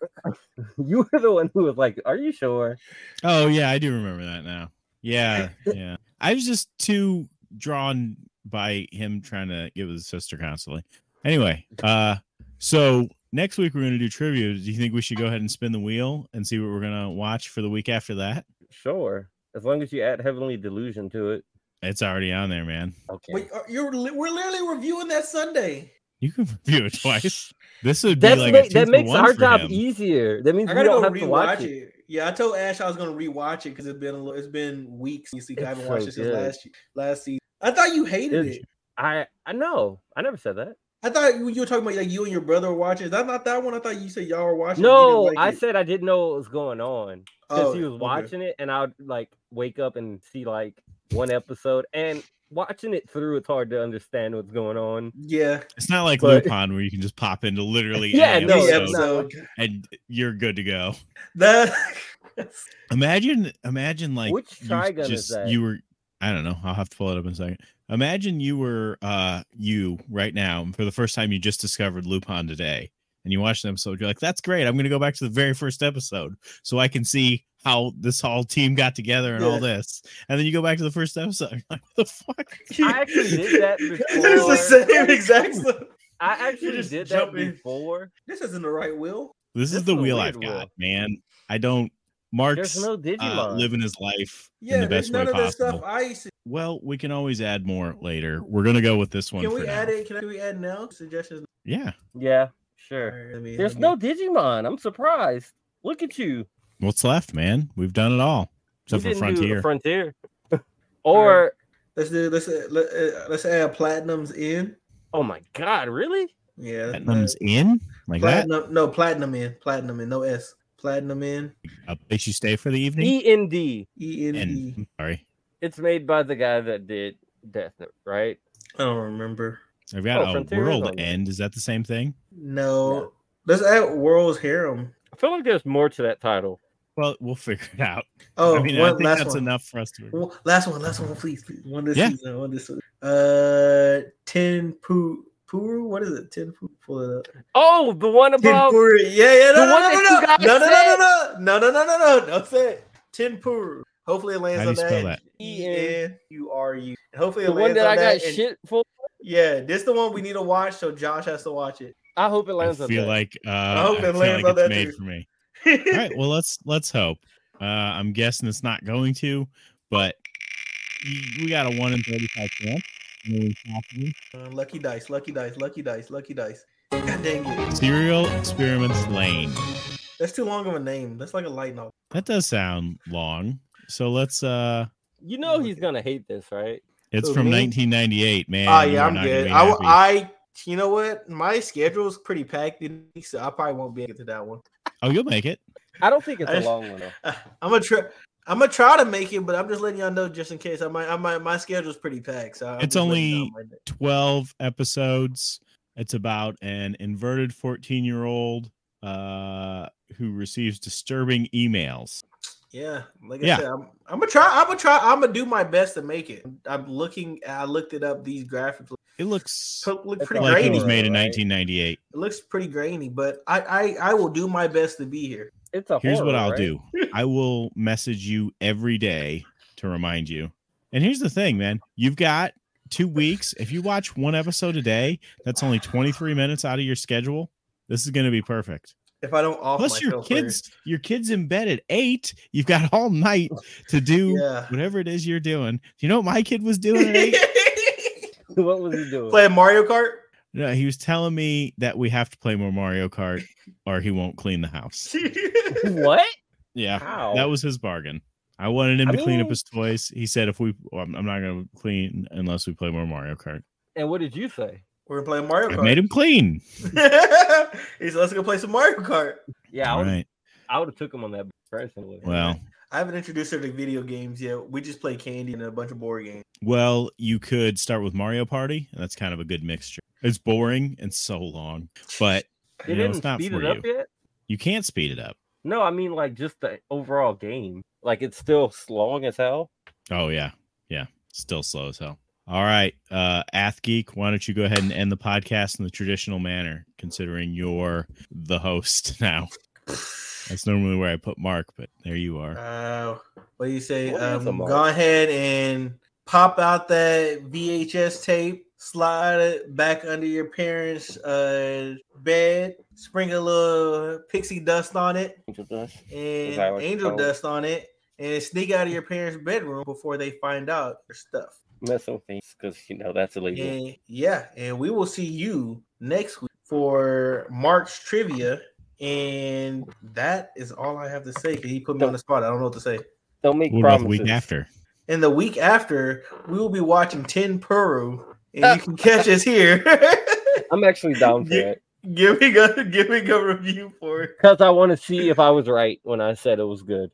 Speaker 2: you were the one who was like, "Are you sure?"
Speaker 1: Oh yeah, I do remember that now. Yeah, yeah. I was just too drawn by him trying to get with his sister constantly. Anyway, uh, so next week we're gonna do trivia. Do you think we should go ahead and spin the wheel and see what we're gonna watch for the week after that?
Speaker 2: Sure. As long as you add Heavenly Delusion to it.
Speaker 1: It's already on there, man.
Speaker 2: Okay.
Speaker 4: Wait, are- uh, you're li- we're literally reviewing that Sunday.
Speaker 1: You can review it twice. This would be
Speaker 2: That's
Speaker 1: like
Speaker 2: ma-
Speaker 1: a
Speaker 2: that makes our job e-,
Speaker 1: easy.
Speaker 2: easier. That means
Speaker 4: I
Speaker 2: we
Speaker 4: gotta go
Speaker 2: don't have
Speaker 4: rewatch
Speaker 2: to watch
Speaker 4: it.
Speaker 2: it.
Speaker 4: Yeah, I told Ash I was gonna rewatch it because it's been a little, it's been weeks. You see, 'cause I
Speaker 2: It's
Speaker 4: haven't watched
Speaker 2: so
Speaker 4: it since
Speaker 2: good.
Speaker 4: last year- last season. I thought you hated
Speaker 2: It's-
Speaker 4: it.
Speaker 2: I I know. I never said that.
Speaker 4: I thought you, you were talking about like you and your brother were watching. Is that not that one? I thought you said y'all were watching. it, you
Speaker 2: No,
Speaker 4: didn't like
Speaker 2: I
Speaker 4: it.
Speaker 2: said I didn't know what was going on because
Speaker 4: Oh,
Speaker 2: he was
Speaker 4: okay.
Speaker 2: watching it, and I'd like wake up and see like one episode, and watching it through, it's hard to understand what's going on.
Speaker 4: Yeah,
Speaker 1: It's not like
Speaker 2: But-
Speaker 1: Lupin where you can just pop into literally
Speaker 2: Yeah,
Speaker 1: any
Speaker 2: no,
Speaker 4: Any
Speaker 2: it's
Speaker 1: episode
Speaker 2: not.
Speaker 1: and you're good to go.
Speaker 4: That
Speaker 1: Imagine, imagine like
Speaker 2: Which
Speaker 1: you
Speaker 2: Trigun is
Speaker 1: just
Speaker 2: that?
Speaker 1: you were. I don't know. I'll have to pull it up in a second. Imagine you were uh you right now and for the first time you just discovered Lupin today and you watched the episode. You're like, that's great. I'm gonna go back to the very first episode so I can see how this whole team got together and all
Speaker 4: Yeah.
Speaker 1: this. And then you go back to the first episode. You're like, what the fuck?
Speaker 2: I actually did that
Speaker 4: It's the
Speaker 2: before.
Speaker 4: same exact. stuff.
Speaker 2: I actually
Speaker 4: just
Speaker 2: did that
Speaker 4: jumping.
Speaker 2: before.
Speaker 4: This isn't the right will.
Speaker 1: This
Speaker 2: This
Speaker 1: is the
Speaker 2: is a
Speaker 1: wheel
Speaker 2: weird
Speaker 1: I've
Speaker 2: wheel.
Speaker 1: got, man. I don't. Mark's
Speaker 2: There's no Digimon.
Speaker 1: uh, living his life in
Speaker 4: Yeah,
Speaker 1: the
Speaker 4: there's
Speaker 1: best way
Speaker 4: none of this stuff
Speaker 1: possible.
Speaker 4: I used to.
Speaker 1: Well, we can always add more later. We're gonna go with this one.
Speaker 4: Can
Speaker 1: for
Speaker 4: we
Speaker 1: now.
Speaker 4: add it? Can, I, can we add now? Suggestions.
Speaker 1: Yeah,
Speaker 2: yeah, sure.
Speaker 4: Alright, let me-
Speaker 2: There's
Speaker 4: let me-
Speaker 2: no Digimon. I'm surprised. Look at you.
Speaker 1: what's left, man? We've done it all
Speaker 2: You
Speaker 1: except for
Speaker 2: didn't do a
Speaker 1: Frontier.
Speaker 2: Frontier. or
Speaker 4: Let's do. Let's uh, let, uh, let's add platinums in.
Speaker 2: oh my god, really?
Speaker 4: Yeah, let's
Speaker 1: Platinum's in like that.
Speaker 4: add- platinum. No, platinum in. Platinum in. No S. Platinum in.
Speaker 1: A place you stay for the evening.
Speaker 2: E N D.
Speaker 4: E N
Speaker 1: And
Speaker 4: E.
Speaker 1: I'm sorry,
Speaker 2: It's made by the guy that did Death Note, right?
Speaker 4: I don't remember.
Speaker 1: I've got
Speaker 2: Oh,
Speaker 1: a
Speaker 2: Frontier is on
Speaker 1: world
Speaker 2: there.
Speaker 1: end. Is that the same thing?
Speaker 4: No.
Speaker 2: No.
Speaker 4: Let's add World's Harem.
Speaker 2: I feel like there's more to that title.
Speaker 1: Well, we'll figure it out.
Speaker 4: Oh,
Speaker 1: I mean,
Speaker 4: one-
Speaker 1: I think
Speaker 4: last
Speaker 1: that's
Speaker 4: one.
Speaker 1: enough for us to.
Speaker 4: Well, last one, last one, please, please. One this
Speaker 1: Yeah.
Speaker 4: season, one this season. Uh, ten pu puru. What is it? Ten pu. Pull it up.
Speaker 2: Oh, the one
Speaker 4: Ten
Speaker 2: about
Speaker 4: puru. Yeah, yeah.
Speaker 2: the
Speaker 4: No, no,
Speaker 2: one
Speaker 4: no, no,
Speaker 2: that
Speaker 4: no,
Speaker 2: you guys
Speaker 4: no, no, no, no, no, no, no, no, no. Don't say it. Ten puru. Hopefully it lands
Speaker 1: How do
Speaker 4: on
Speaker 1: you spell that?
Speaker 4: E N U R U. And Hopefully it
Speaker 2: the one
Speaker 4: lands
Speaker 2: that
Speaker 4: on
Speaker 2: I
Speaker 4: that.
Speaker 2: got
Speaker 4: and-
Speaker 2: shit for.
Speaker 4: Yeah, this the one we need to watch. So Josh has to watch it.
Speaker 2: I hope it
Speaker 1: I
Speaker 2: lands on
Speaker 1: feel
Speaker 2: that.
Speaker 1: like uh,
Speaker 4: hope
Speaker 1: I
Speaker 4: it
Speaker 1: feel
Speaker 4: lands
Speaker 1: like
Speaker 4: on
Speaker 1: it's
Speaker 4: that
Speaker 1: made
Speaker 4: too.
Speaker 1: for me. All right. Well, let's let's hope. Uh, I'm guessing it's not going to, but y- we got a one in thirty-five chance. Really possible.
Speaker 4: Uh, lucky dice, lucky dice, lucky dice, lucky dice. God dang it.
Speaker 1: Serial experiments lane.
Speaker 4: That's too long of a name. That's like a light novel.
Speaker 1: That does sound long. So let's. uh
Speaker 2: you know he's gonna hate this, right?
Speaker 1: It's
Speaker 4: Who,
Speaker 1: from
Speaker 4: me?
Speaker 1: 1998, man.
Speaker 4: Oh yeah,
Speaker 1: we're
Speaker 4: I'm
Speaker 1: not gonna
Speaker 4: good.
Speaker 1: be
Speaker 4: I, w-
Speaker 1: happy.
Speaker 4: I, you know what? My schedule's pretty packed, in week, so I probably won't be able to get to that one.
Speaker 1: oh, you'll make it.
Speaker 2: I don't think it's
Speaker 4: I
Speaker 2: a
Speaker 4: just-
Speaker 2: long one though.
Speaker 4: Uh, I'm gonna try. I'm gonna try to make it, but I'm just letting y'all know just in case. I might, I might, my schedule's pretty packed. So I'm
Speaker 1: It's
Speaker 4: just letting y'all
Speaker 1: only-
Speaker 4: know I might-
Speaker 1: Twelve episodes. It's about an inverted 14-year-old uh, who receives disturbing emails.
Speaker 4: yeah. Like I
Speaker 1: Yeah.
Speaker 4: said, I'm, I'm gonna try. I'm gonna try. I'm gonna do my best to make it. I'm looking. I looked it up. These graphics look,
Speaker 1: It looks
Speaker 4: look
Speaker 2: It's
Speaker 4: pretty
Speaker 1: like it
Speaker 4: grainy.
Speaker 1: was made in
Speaker 2: right?
Speaker 1: 1998.
Speaker 4: It looks pretty grainy, but I, I, I will do my best to be here.
Speaker 2: It's a
Speaker 1: here's what
Speaker 2: horror,
Speaker 1: I'll
Speaker 2: right?
Speaker 1: do. I will message you every day to remind you. And here's the thing, man. You've got two weeks. If you watch one episode a day, that's only 23 minutes out of your schedule. This is going to be perfect.
Speaker 4: If I don't off
Speaker 1: Plus, your
Speaker 4: myself first.
Speaker 1: kids, your kids in bed at eight. You've got all night to do
Speaker 4: Yeah.
Speaker 1: whatever it is you're doing. You know what my kid was doing at eight?
Speaker 2: what was he doing?
Speaker 4: Playing Mario Kart.
Speaker 1: No, he was telling me that we have to play more Mario Kart or he won't clean the house.
Speaker 2: what?
Speaker 1: Yeah.
Speaker 2: How?
Speaker 1: That was his bargain. I wanted him
Speaker 2: I
Speaker 1: to clean up
Speaker 2: mean-
Speaker 1: his toys. He said, "If we, well, I'm I'm not going to clean unless we play more Mario Kart."
Speaker 2: And what did you say?
Speaker 4: We're playing Mario
Speaker 1: I
Speaker 4: Kart.
Speaker 1: made him clean.
Speaker 4: he said, "Let's go play some Mario Kart."
Speaker 2: Yeah, I
Speaker 1: All
Speaker 2: would
Speaker 1: right.
Speaker 2: I would have took him on that personally.
Speaker 1: Well,
Speaker 4: I haven't introduced her to video games yet. We just play candy and a bunch of board games.
Speaker 1: well, you could start with Mario Party, and that's kind of a good mixture. It's boring and so long, but
Speaker 2: They
Speaker 1: you know,
Speaker 2: didn't
Speaker 1: it's not
Speaker 2: speed
Speaker 1: for
Speaker 2: it up
Speaker 1: you.
Speaker 2: yet.
Speaker 1: You can't speed it up.
Speaker 2: No, I mean like just the overall game. Like it's still long as hell.
Speaker 1: Oh yeah, yeah. Still slow as hell. All right, uh, Ath Geek, why don't you go ahead and end the podcast in the traditional manner, considering you're the host now. That's normally where I put Mark, but there you are.
Speaker 4: Uh, what do you say?
Speaker 2: What is a
Speaker 4: Um,
Speaker 2: Mario?
Speaker 4: go ahead and pop out that VHS tape, slide it back under your parents' uh, bed, sprinkle a little pixie dust on it
Speaker 2: Angel dust.
Speaker 4: and
Speaker 2: that what you
Speaker 4: angel
Speaker 2: call it?
Speaker 4: dust on it, and sneak out of your parents' bedroom before they find out your stuff.
Speaker 2: Messing with things because you know that's illegal.
Speaker 4: And yeah, and we will see you next week for March trivia. And that is all I have to say. 'cause He put me on the spot. I don't know what to say.
Speaker 2: Don't make
Speaker 1: What about the
Speaker 2: promises.
Speaker 1: week after?
Speaker 4: And the week after, we will be watching Ten Peru, and you can catch us here.
Speaker 2: I'm actually down for
Speaker 4: Yeah.
Speaker 2: it
Speaker 4: giving a giving a review for it.
Speaker 2: because I want to see if I was right when I said it was good.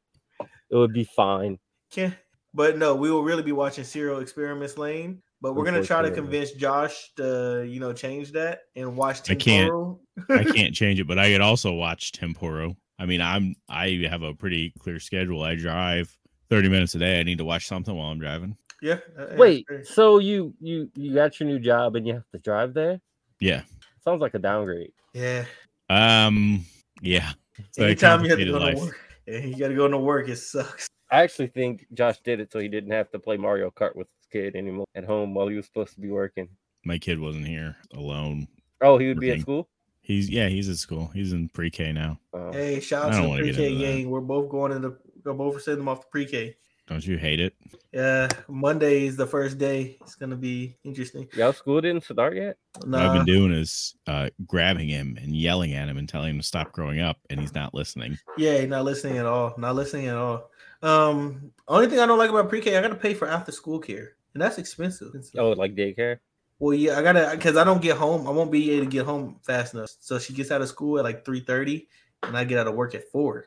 Speaker 2: It would be fine.
Speaker 4: Can but no, we will really be watching Serial Experiments Lane. But we're gonna try to
Speaker 2: Unfortunately.
Speaker 4: convince Josh to you know change that and watch
Speaker 1: I can't.
Speaker 4: Temporal.
Speaker 1: I can't change it, but I could also watch Temporo. I mean, I'm I have a pretty clear schedule. I drive 30 minutes a day. I need to watch something while I'm driving.
Speaker 4: Yeah. uh, yeah,
Speaker 2: Wait,
Speaker 4: sure.
Speaker 2: so you you you got your new job and you have to drive there?
Speaker 1: Yeah.
Speaker 2: Sounds like a downgrade.
Speaker 4: Yeah.
Speaker 1: Um. Yeah. It's a
Speaker 4: Anytime you have to
Speaker 1: complicated
Speaker 4: go
Speaker 1: life.
Speaker 4: to work, yeah, you got to go to work. It sucks.
Speaker 2: I actually think Josh did it so he didn't have to play Mario Kart with his kid anymore at home while he was supposed to be working.
Speaker 1: My kid wasn't here alone.
Speaker 2: Oh, he would be at
Speaker 1: Working.
Speaker 2: school.
Speaker 1: He's yeah. He's at school. He's in pre-K now.
Speaker 2: Oh.
Speaker 4: Hey, shout
Speaker 1: I
Speaker 4: out to
Speaker 1: don't
Speaker 4: the
Speaker 1: wanna get
Speaker 4: pre-K
Speaker 1: into that.
Speaker 4: gang. We're both going into. We're both sending them off to pre-K.
Speaker 1: Don't you hate it?
Speaker 4: Yeah, Monday is the first day. It's gonna be interesting.
Speaker 2: Y'all school didn't start yet?
Speaker 1: What I've
Speaker 4: Nah,
Speaker 1: been doing is uh, grabbing him and yelling at him and telling him to stop growing up, and he's not listening.
Speaker 4: yeah, not listening at all. Not listening at all. Um, only thing I don't like about pre-K, I gotta pay for after-school care, and that's expensive.
Speaker 2: Oh, like daycare?
Speaker 4: Well, yeah, I gotta because I don't get home. I won't be able to get home fast enough. So she gets out of school at like three thirty, and I get out of work at four.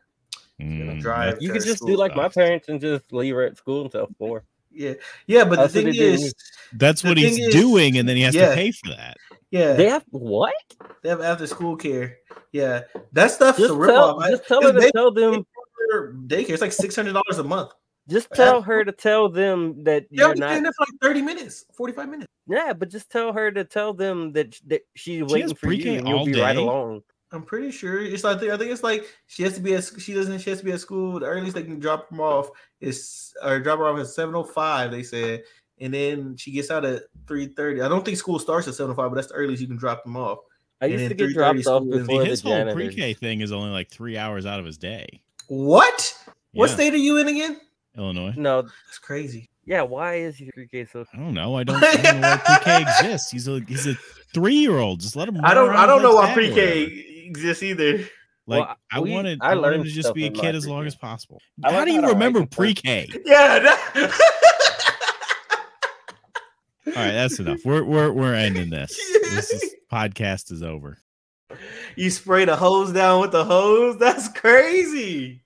Speaker 1: Mm,
Speaker 4: drive.
Speaker 2: You
Speaker 4: to
Speaker 2: could
Speaker 4: her
Speaker 2: just do
Speaker 4: school
Speaker 2: like my
Speaker 1: sucks.
Speaker 2: parents and just leave her at school until four.
Speaker 4: Yeah, yeah. But the
Speaker 2: That's what
Speaker 4: thing
Speaker 2: they do.
Speaker 4: is,
Speaker 1: That's
Speaker 4: The
Speaker 1: what he's
Speaker 4: thing is-
Speaker 1: doing, and then he has
Speaker 4: yeah.
Speaker 1: to pay for that.
Speaker 4: yeah,
Speaker 2: They have what?
Speaker 4: they have after school care. Yeah, that stuff's
Speaker 2: Just
Speaker 4: a rip
Speaker 2: tell,
Speaker 4: off.
Speaker 2: just tell her to
Speaker 4: they-
Speaker 2: tell them.
Speaker 4: daycare. It's like six hundred dollars a month.
Speaker 2: Just tell her to tell them that you're
Speaker 4: They're only
Speaker 2: not.
Speaker 4: been there for like thirty minutes, forty-five minutes.
Speaker 2: Yeah, but just tell her to tell them that that she's
Speaker 1: has
Speaker 2: waiting for
Speaker 1: pre-K
Speaker 2: you. And you'll
Speaker 1: all
Speaker 2: be right
Speaker 1: day?
Speaker 2: along.
Speaker 4: I'm pretty sure it's like I think it's like she has to be at sc- she doesn't she has to be at school. The earliest they can drop them off is or drop her off at seven oh five. They said, and then she gets out at three thirty. I don't think school starts at seven oh five, but that's the earliest you can drop them off.
Speaker 2: I
Speaker 4: And
Speaker 2: used
Speaker 4: then
Speaker 2: to get
Speaker 4: 3:30
Speaker 2: dropped off
Speaker 4: school is-
Speaker 1: See,
Speaker 2: before the
Speaker 1: his whole
Speaker 2: janitor.
Speaker 1: pre-K thing is only like three hours out of his day.
Speaker 4: What? What
Speaker 1: Yeah,
Speaker 4: state are you in again?
Speaker 1: Illinois?
Speaker 2: No,
Speaker 4: That's crazy.
Speaker 2: yeah. Why is your pre-K so?
Speaker 1: I don't know. I don't, I don't know why pre-K exists. He's a he's a three-year-old. Just let him.
Speaker 4: I don't
Speaker 1: run around
Speaker 4: I don't know
Speaker 1: like
Speaker 4: why
Speaker 1: that
Speaker 4: pre
Speaker 1: wherever.
Speaker 4: K exists either.
Speaker 1: Like
Speaker 2: Well,
Speaker 1: I
Speaker 2: we-
Speaker 1: wanted,
Speaker 2: I
Speaker 1: I, wanted
Speaker 2: learned
Speaker 1: to just
Speaker 2: stuff
Speaker 1: be a
Speaker 2: in my
Speaker 1: kid as
Speaker 2: pre-K.
Speaker 1: long as possible.
Speaker 2: I
Speaker 1: How
Speaker 2: learned
Speaker 1: do
Speaker 2: how
Speaker 1: you
Speaker 2: to write
Speaker 1: remember
Speaker 2: the first-
Speaker 1: pre-K?
Speaker 4: Yeah. that-
Speaker 1: All right, that's enough. We're we're we're ending this. This is, podcast is over.
Speaker 4: you spray the hose down with the hose. That's crazy.